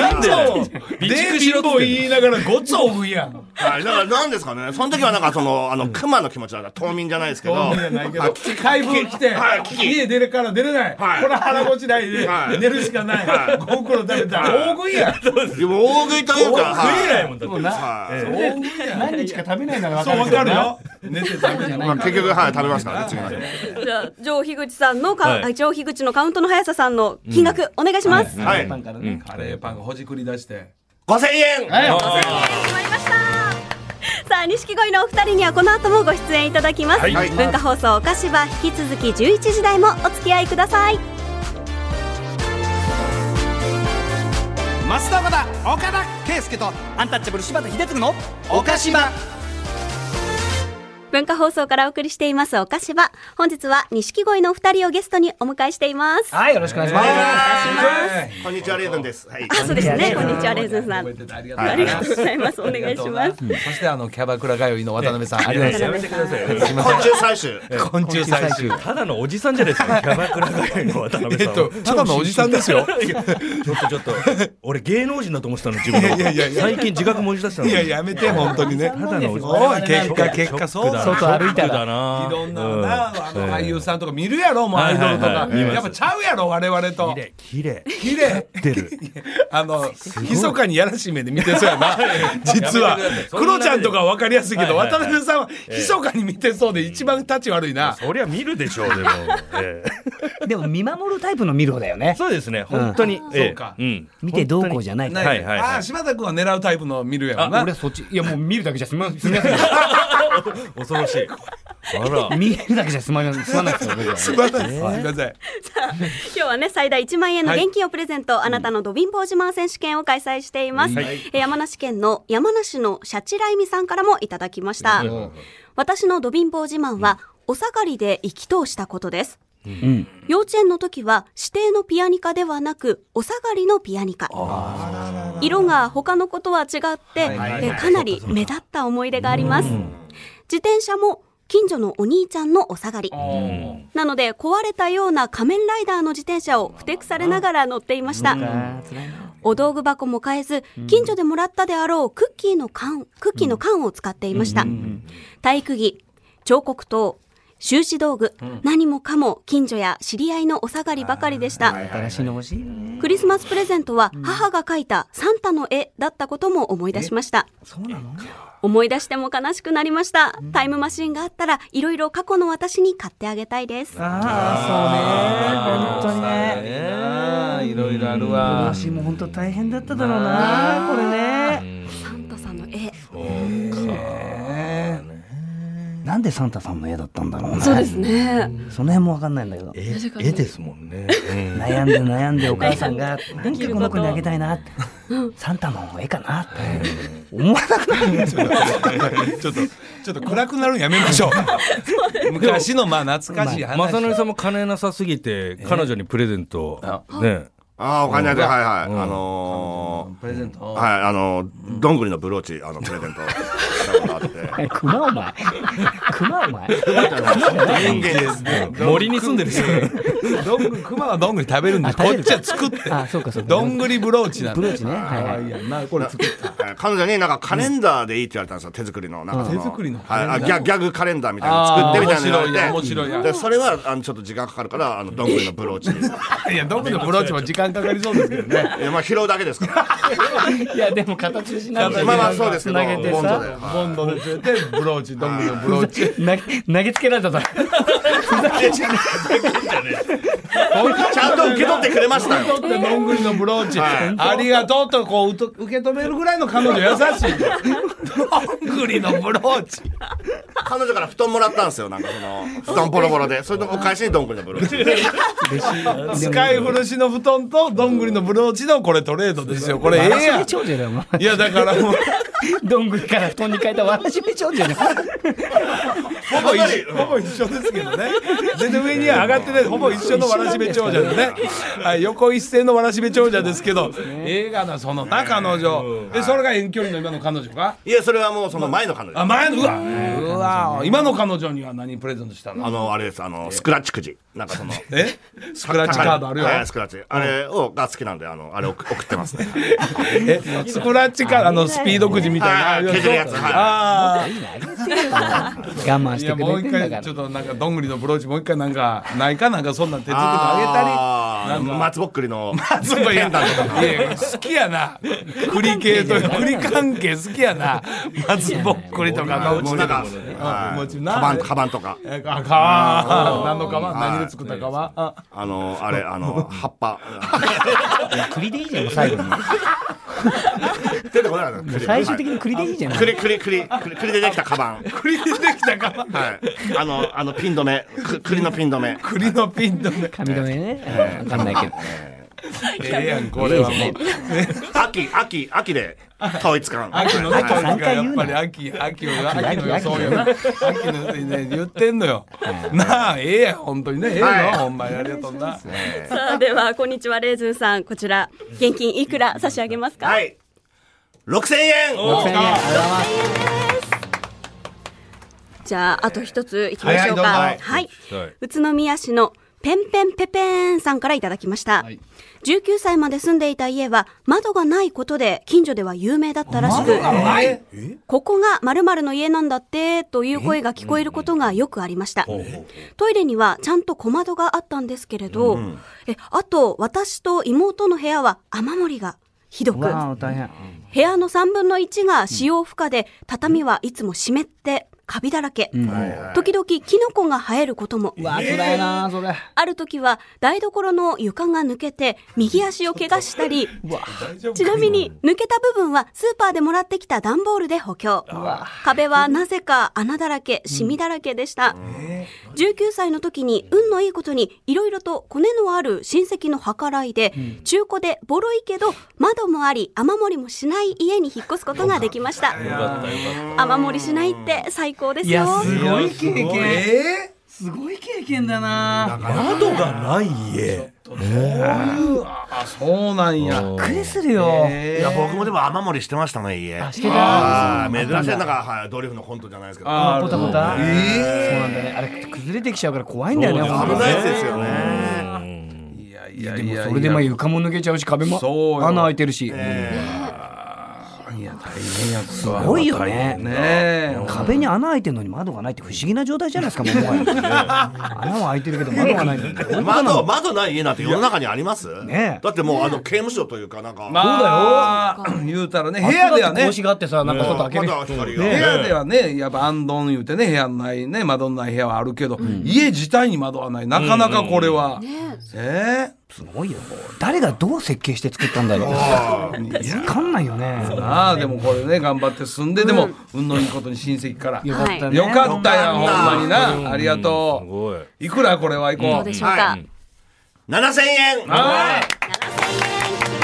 Speaker 5: なんで
Speaker 4: 備蓄しろ
Speaker 5: 貧乏
Speaker 4: っつってんの
Speaker 5: 言いながらごっつ大食いやん。
Speaker 3: はいだからなんですかねその時はなんかそのあの熊の気持ちだから冬眠じゃないですけど
Speaker 5: 大食いやないけど。解放来て
Speaker 3: はい、危機
Speaker 5: 家出るから出れない。こ
Speaker 3: はい
Speaker 5: れ腹持ちないで
Speaker 3: はい
Speaker 5: 寝るしかない。ご苦労食べたら大食いやん。
Speaker 3: でも大食いというか
Speaker 4: 食
Speaker 3: は
Speaker 4: えないもんだって。
Speaker 3: はい
Speaker 5: 大食いやん。
Speaker 2: 何日か食べないなら分か
Speaker 5: そうわ
Speaker 2: るけど
Speaker 5: か
Speaker 2: な
Speaker 5: るよ。寝て食べて。
Speaker 3: まあ結局はい食べますからね次の日
Speaker 6: じゃあ上樋口さんのか、
Speaker 4: はい
Speaker 6: あ上樋口のカウントの速ささんの金額、お願いします、
Speaker 3: は
Speaker 2: パン
Speaker 3: い
Speaker 2: からね
Speaker 5: カレーパンがほじくり出して。
Speaker 3: 5000円
Speaker 6: 決まりましたさあ錦鯉のお二人にはこの後もご出演いただきます、
Speaker 3: はい
Speaker 6: 文化放送お菓子は引き続き11時台もお付き合いください
Speaker 8: 増田岡田岡田圭佑と
Speaker 2: アンタッチャブル柴田秀嗣の
Speaker 8: 岡島
Speaker 6: 文化放送からお送りしていますお菓子は、本日は錦鯉のお二人をゲストにお迎えしています。
Speaker 2: はい、よろしくお願いします。
Speaker 3: こんにちはレーズンです。はい。
Speaker 6: あ、そうですね。こんにちは、レーズンさん。
Speaker 5: ありがとう
Speaker 6: ありがとうございます。お願いします。
Speaker 5: そしてあのキャバクラ通いの渡辺さん、ありがとうござい
Speaker 4: やめてくださいよ。
Speaker 3: 昆虫採集。
Speaker 5: ます。昆虫採集。
Speaker 4: ただのおじさんじゃないですか。キャバクラぐらいの渡辺
Speaker 5: え
Speaker 4: さ
Speaker 5: っ
Speaker 4: ん
Speaker 5: と
Speaker 4: は。、
Speaker 5: ただのおじさんですよ。
Speaker 4: いやちょっとちょっと。俺芸能人だと思ってたの自分の。最近自覚もじ出したの。
Speaker 5: いや、やめて、本当にね。
Speaker 4: ただのおじさん。
Speaker 5: おい、結果、結果、
Speaker 4: ショッ
Speaker 5: そう
Speaker 4: クだ
Speaker 5: だな。
Speaker 4: な。
Speaker 2: 外歩いたら
Speaker 4: ショックだな。
Speaker 5: いろんな
Speaker 4: う
Speaker 5: な、あの俳優さんとか見るやろ、もうアイドルと
Speaker 4: はいは
Speaker 5: か
Speaker 4: い。はい見ます
Speaker 5: やっぱちゃうやろ、我々と。
Speaker 4: 綺麗綺麗
Speaker 5: 綺麗。
Speaker 4: 出る。
Speaker 5: あの、密かにやらしい目で見てそうやな。実は
Speaker 4: やめてください。そんな
Speaker 5: クロちゃんとかは分かりやすいけど、
Speaker 4: はいはい
Speaker 5: 渡
Speaker 4: はい
Speaker 5: 辺さんは密かに見てそうで一番立ち悪いな。
Speaker 4: そりゃ見るでしょうで も。ええ
Speaker 2: でも見守るタイプの見る方だよね。
Speaker 4: そうですね本当に。ええ
Speaker 5: そうか
Speaker 4: ん。
Speaker 2: 見てどうこうじゃないから。
Speaker 4: いはいはい
Speaker 5: ああ、柴田君は狙うタイプの見るやろな。
Speaker 2: 俺はそっち、いやもう見るだけじゃ済ま済みません。
Speaker 4: 恐ろしい。あら。
Speaker 2: 見るだけじゃ済まない済まないですよ僕は
Speaker 5: すいません。すいません。
Speaker 6: 今日はね、最大1万円の現金をプレゼント、あなたのド貧乏自慢選手権を開催しています。えー山梨県の山梨のシャチライミさんからもいただきました。私のド貧乏自慢は、お下がりで意気投したことです。幼稚園の時は指定のピアニカではなくお下がりのピアニカ色が他の子とは違って、えかなり目立った思い出があります自転車も近所のお兄ちゃんのお下がりなので壊れたような仮面ライダーの自転車をふてくされながら乗っていましたお道具箱も買えず近所でもらったであろうクッキーの缶クッキーの缶を使っていました体育着彫刻刀修士道具、何もかも近所や知り合いのお下がりばかりでした、
Speaker 2: 新しいの欲しいよね。
Speaker 6: クリスマスプレゼントは母が描いたサンタの絵だったことも思い出しました。思い出しても悲しくなりました。タイムマシンがあったら、いろいろ過去の私に買ってあげたいです。
Speaker 2: ああ、そうね。本当にね。
Speaker 5: ねいろいろあるわ。
Speaker 2: 私も本当大変だっただろうな、これね。
Speaker 6: サンタさんの絵。
Speaker 2: なんでサンタさんの絵だったんだろうね。
Speaker 6: そうですね。
Speaker 2: その辺もわかんないんだけど。
Speaker 4: 絵絵ですもんね。うん
Speaker 2: 悩んで悩んでお母さん が、なんかこの子にあげたいなって。サンタの方がいいかなって。思わなくなる。
Speaker 5: ちょっと、ちょっと暗くなるのやめましょう。昔のまあ懐かしい
Speaker 4: 正
Speaker 5: 話。
Speaker 4: 則さんも金なさすぎて彼女にプレゼントをね
Speaker 3: ああお金あげはいはい。あのー
Speaker 5: プレゼント。
Speaker 3: はいあのーどんぐりのブローチあのプレゼントしたことあって。
Speaker 2: 熊お前。熊お前。
Speaker 3: 人間です。
Speaker 4: 森に住んでる人
Speaker 5: どんぐり、熊はどんぐり食べるんで、こっちは作って。
Speaker 2: あ、そうかそうか。
Speaker 5: どんぐりブローチなん
Speaker 2: ブロ
Speaker 5: で。
Speaker 2: ーチね。はいはい。
Speaker 5: いや、まあ、これ作っ
Speaker 3: はい彼女になんかカレンダーでいいって言われたんですよ、手作りの。なんかその
Speaker 5: 手作りのカ
Speaker 3: は
Speaker 5: レ
Speaker 3: い
Speaker 5: ンダー
Speaker 3: あギャ、ギャグカレンダーみたいなの作ってみたいなの言われて
Speaker 5: あー面白いや面白いや
Speaker 3: で、それは、あの、ちょっと時間かかるから、あの、どんぐりのブローチに。い
Speaker 5: た。いや、どんぐりのブローチも時間かかりそうですけどね。
Speaker 3: や、まあ、拾うだけですから。
Speaker 2: いやでも形しなくて
Speaker 3: まあまあ、そうですけど、
Speaker 2: 投げて
Speaker 3: ボンドで
Speaker 2: さ。
Speaker 3: はい
Speaker 5: ボンドでつれて、ブローチ、どんぐりのブロ ーチ。
Speaker 2: 投げ投げつけられたと
Speaker 3: ちゃんと受け取ってくれましたよ。
Speaker 5: 取ってどんぐりのブローチ、
Speaker 3: はい
Speaker 5: ありがとうとこううと受け止めるぐらいの彼女優しいどんぐりのブローチ
Speaker 3: 彼女から布団もらったんですよ、なんかその、布団ボロボロで。それとお返しにどんぐりのブローチ。
Speaker 5: 使い古しの布団とどんぐりのブローチのこれトレードですよこれええやん
Speaker 2: 長女だよお前
Speaker 5: いやだから もう
Speaker 2: どんぐりから布団に変えたわらしめ長女だよ
Speaker 5: ほぼ一緒ほぼ一緒ですけどね全然上には上がってないほぼ一緒のわらしべ長者でね、はい、横一線のわらしべ長者ですけど映画のそのな彼女でそれが遠距離の今の彼女か
Speaker 3: いや、それはもうその前の彼女
Speaker 5: あ
Speaker 3: です。
Speaker 5: 前のうわうわ今の彼女には何プレゼントしたの
Speaker 3: あの、あれです、あの、スクラッチくじ。なんかその、
Speaker 5: えスクラッチカードあるよ。
Speaker 3: はい、スクラッチ。あれを、が好きなんで、あの、あれを送送ってます ね。
Speaker 5: えスクラッチカード、あの、スピードくじみたいな。
Speaker 3: あー削るやつはい
Speaker 5: ああ。
Speaker 2: 我慢
Speaker 5: い
Speaker 2: して
Speaker 5: や、
Speaker 2: く
Speaker 5: も
Speaker 2: れ
Speaker 5: う
Speaker 2: て
Speaker 5: 一
Speaker 2: んだ
Speaker 5: 回、
Speaker 2: か
Speaker 5: ちょっ
Speaker 2: ら
Speaker 5: となんか、どんぐりのブローチ、もう一回なんか、ないかなんか、そんなん手作りのあ
Speaker 3: あ
Speaker 5: げたり。な
Speaker 3: ー
Speaker 5: んか、
Speaker 3: 松ぼっくりの。
Speaker 5: 松葉やんだいやいや好きやな。 栗系と、栗関係好きや な。松ぼっくりとか、どんぐりと
Speaker 3: なんか
Speaker 5: か。、
Speaker 3: は
Speaker 5: も
Speaker 3: い
Speaker 5: ちろんな
Speaker 3: カバン、カバンとか。
Speaker 5: えあ、かわ何のかわ何で作ったかわあ
Speaker 3: あの、あれ、あの、葉っ ぱ。
Speaker 2: 栗でいいじゃんもう最後に
Speaker 3: 出てこないの栗
Speaker 2: 最終的
Speaker 3: はい
Speaker 2: に栗でいいじ ゃん
Speaker 3: 栗、栗、栗、栗栗でできたカバン。
Speaker 5: 栗でできたか わ
Speaker 3: はい。あの、あの、ピン止め。く栗のピン止め。
Speaker 5: 栗のピンとね。
Speaker 2: 髪留めねわかんないけど
Speaker 5: ええやんこれはもう
Speaker 3: 秋、秋、秋で統一感。
Speaker 5: 秋のね、
Speaker 3: はい
Speaker 5: 秋がやっぱり秋、秋を、秋の予想よな。秋の、ね、言ってんのよ。なあ、ええやん、本当にね、ええよ、
Speaker 3: はい
Speaker 5: ほんまにありがとうな。
Speaker 6: さあではこんにちはレーズンさんこちら現金いくら差し上げますか、
Speaker 3: はい。6000
Speaker 2: 6000円あり
Speaker 3: 円
Speaker 2: がとうございます
Speaker 6: じゃああと一ついきましょうか
Speaker 5: は
Speaker 6: はいい、
Speaker 4: はい
Speaker 6: 宇都宮市のペンペンペペーンさんからいただきました、19歳まで住んでいた家は窓がないことで近所では有名だったらしくここが〇〇の家なんだってという声が聞こえることがよくありましたトイレにはちゃんと小窓があったんですけれど、えあと私と妹の部屋は雨漏りがひど
Speaker 2: う
Speaker 6: く
Speaker 2: わー大変
Speaker 6: 部屋の3分の1が使用不可で、畳はいつも湿ってカビだらけ、時々キノコが生えることも、
Speaker 2: うわー辛いなーそれ
Speaker 6: ある時は台所の床が抜けて右足を怪我したりちなみに抜けた部分はスーパーでもらってきた段ボールで補強壁はなぜか穴だらけシミだらけでした、19歳の時に運のいいことにいろいろと骨のある親戚の計らいで、中古でボロいけど窓もあり雨漏りもしない家に引っ越すことができました雨漏りしないって最高です
Speaker 2: い
Speaker 6: よ
Speaker 2: やすごい経験
Speaker 5: え
Speaker 2: すごい経験だな
Speaker 4: 窓がない家。
Speaker 5: あ、そうなんや。
Speaker 2: びっくりするよ
Speaker 3: いや、僕もでも雨漏りしてましたね、家。
Speaker 2: あしてた
Speaker 3: あー珍しい、なんか、はい、ドリフのコントじゃないですけど。危
Speaker 2: あポタポタそうなんだねあれ崩れてきちゃうから怖いんだよねほんとね
Speaker 3: ないやつですよね。
Speaker 5: いやいや
Speaker 2: で
Speaker 5: い
Speaker 2: も
Speaker 5: や。
Speaker 2: それでまあ床も抜けちゃうし壁も
Speaker 5: そうよ
Speaker 2: 穴開いてるし
Speaker 5: いや、大変やつ
Speaker 2: す
Speaker 5: は。
Speaker 2: ごいよね
Speaker 5: ねえ。
Speaker 2: 壁に穴開いてるのに窓がないって不思議な状態じ ゃないですかもうもはや穴は開いてるけど窓がないのどういうことな
Speaker 3: 窓、
Speaker 2: の
Speaker 3: 窓ない家なんて世の中にあります
Speaker 2: ねえ
Speaker 3: だってもう、あの、刑務所というか、なんか、
Speaker 5: まあ、言うたらね、部屋ではね
Speaker 2: 格子。があってさなんか外開ける
Speaker 3: まだ光が。
Speaker 5: 部屋ではね、やっぱ安ン言うてね、部屋のないね、窓のない部屋はあるけど、家自体に窓はない。なかなかこれは。ええ
Speaker 2: すごいよ誰がどう設計して作ったんだろうわかんないよね
Speaker 5: ああでもこれね頑張って住んででも運のいいことに親戚から
Speaker 2: よ
Speaker 5: よ
Speaker 2: かったね
Speaker 5: かったやんほんまになありがと
Speaker 4: すごい。
Speaker 5: ういくらこれはい
Speaker 6: ど
Speaker 5: こ
Speaker 6: う
Speaker 5: う
Speaker 6: でしょうか、
Speaker 3: 7000円
Speaker 5: はい
Speaker 6: 7000円決ま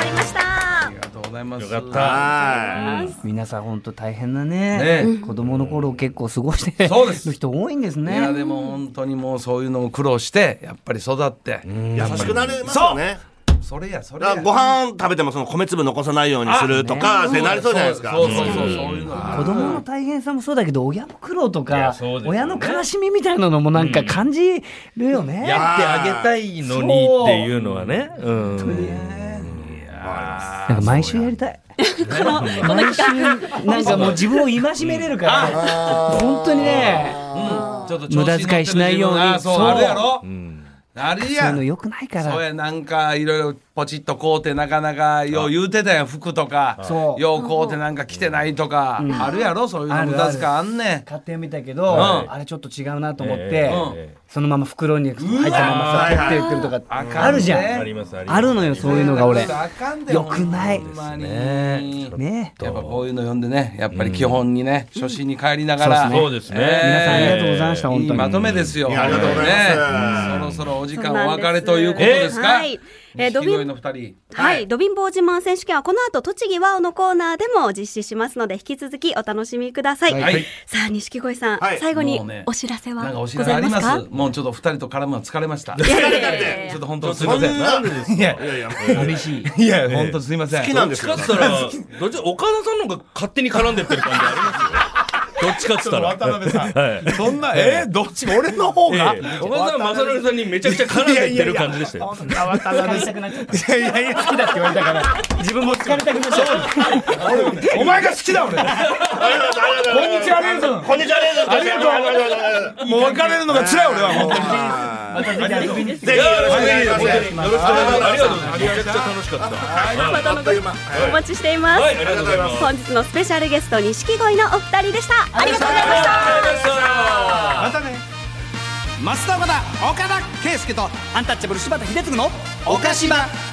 Speaker 6: りました
Speaker 5: ありがとうございます
Speaker 4: よかっ。
Speaker 5: った
Speaker 3: は
Speaker 2: 皆さん本当大変だね
Speaker 5: ねえ
Speaker 2: 子供の頃を結構過ごして
Speaker 5: そうです
Speaker 2: る人多いんです
Speaker 5: いやで
Speaker 2: ね
Speaker 5: も本当にもうそういうのを苦労してやっぱり育って
Speaker 3: い。優しくなりますよね。
Speaker 5: それやそれ
Speaker 3: だ
Speaker 5: や
Speaker 3: からご飯食べてもその米粒残さないようにするとかってなりそうじゃないですか。
Speaker 5: そうそうそうそういうの
Speaker 2: 子供の大変さもそうだけど親の苦労とか、
Speaker 4: そうですね
Speaker 2: 親の悲しみみたいなのもなんか感じるよね、
Speaker 4: やってあげたいのにっていうのはね。うん。
Speaker 2: なんか毎週やりたい。毎週なんかもう自分を戒めれるから、本当にね、
Speaker 5: ちょっと調子に乗ってる
Speaker 2: 無駄遣いしないように
Speaker 5: あそう
Speaker 2: そう
Speaker 5: あるやろあれ
Speaker 2: そうい
Speaker 5: や
Speaker 2: うの良くないか
Speaker 5: そう
Speaker 2: ら。
Speaker 5: やなんかいろいろポチッと買うてなかなかよう言うてたやん服とか
Speaker 2: そう
Speaker 5: よう買うてなんか着てないとかあるやろそういうの無駄遣いあんねん
Speaker 2: 買ってみたけど、
Speaker 5: ん
Speaker 2: あれちょっと違うなと思って、
Speaker 4: え
Speaker 2: そのまま袋に入ったままさ取って売ってるとか
Speaker 5: あかんね
Speaker 2: あるじゃん、
Speaker 4: えありますあります。
Speaker 2: あるのよそういうのが俺
Speaker 5: あかんで
Speaker 2: 良くない
Speaker 5: ほんまにね
Speaker 2: ね
Speaker 5: やっぱこういうの読んでねやっぱり基本にね初心に帰りながら
Speaker 4: そうですね
Speaker 5: えー
Speaker 2: 皆さんありがとうございました、
Speaker 5: いいま
Speaker 2: 本当
Speaker 5: と
Speaker 2: に
Speaker 5: めですよ
Speaker 3: いやありがとうございます
Speaker 5: ねそろそろお時
Speaker 6: そう
Speaker 5: 間
Speaker 6: な
Speaker 5: お
Speaker 6: ん
Speaker 5: 別れということですか
Speaker 6: はい、えー、ド
Speaker 5: 錦
Speaker 6: ビ
Speaker 5: 鯉
Speaker 6: ン
Speaker 5: の二人
Speaker 6: はい、ド貧乏自慢選手権はこの後栃木ワオのコーナーでも実施しますので引き続きお楽しみください、
Speaker 5: はい
Speaker 6: さあ錦鯉さん、
Speaker 3: はい
Speaker 6: 最後に
Speaker 5: もうね
Speaker 6: お知らせは
Speaker 5: なんか
Speaker 6: ご
Speaker 5: お知らせ
Speaker 6: ざ
Speaker 5: あ
Speaker 6: い
Speaker 5: り
Speaker 6: ま
Speaker 5: ますす
Speaker 6: か
Speaker 5: もうちょっと二人と絡むの疲れました
Speaker 6: い
Speaker 5: ち
Speaker 6: やいやいやいやいや
Speaker 5: ょっと本当すい
Speaker 3: そ
Speaker 5: ま
Speaker 3: ん
Speaker 5: せん
Speaker 3: なんですかいやいや、
Speaker 2: 寂しい
Speaker 5: いや本当すいません
Speaker 3: 好きなんです
Speaker 4: ど
Speaker 3: よ
Speaker 4: っちかっつったら、どっちかっつったら岡田さんの方が勝手に絡んでってる感じありますよ。どっちかっつったら。
Speaker 9: 渡辺さん
Speaker 4: はい。
Speaker 9: そんなえーどっち俺の方
Speaker 4: え
Speaker 9: が
Speaker 4: え岡田さんは正成さんにめちゃくちゃ絡んでってる感じでしたよ。
Speaker 2: 疲れたくなっちゃったいやいやいや好きだって言われたから自分も疲れたくなっちゃった
Speaker 9: お前が好きだ俺
Speaker 3: こんにちは、レーズン。こんにちは、レーズン。ありがとうございます。
Speaker 9: もう別れるのが辛い俺はもう
Speaker 2: またぜひ遊びに来てください
Speaker 3: ぜひよろしくお願いします。
Speaker 4: よろしくお願いします。ありがとうございます。めちゃくちゃ楽しかった。
Speaker 6: またのごお待ちしています、
Speaker 4: はい、ありがとうございます。
Speaker 6: 本日のスペシャルゲスト錦鯉のお二人でしたありがとうございました
Speaker 4: ありがとうございました。
Speaker 9: またね
Speaker 10: マスター岡田圭介とアンタッチャブル柴田秀嗣の「おかしば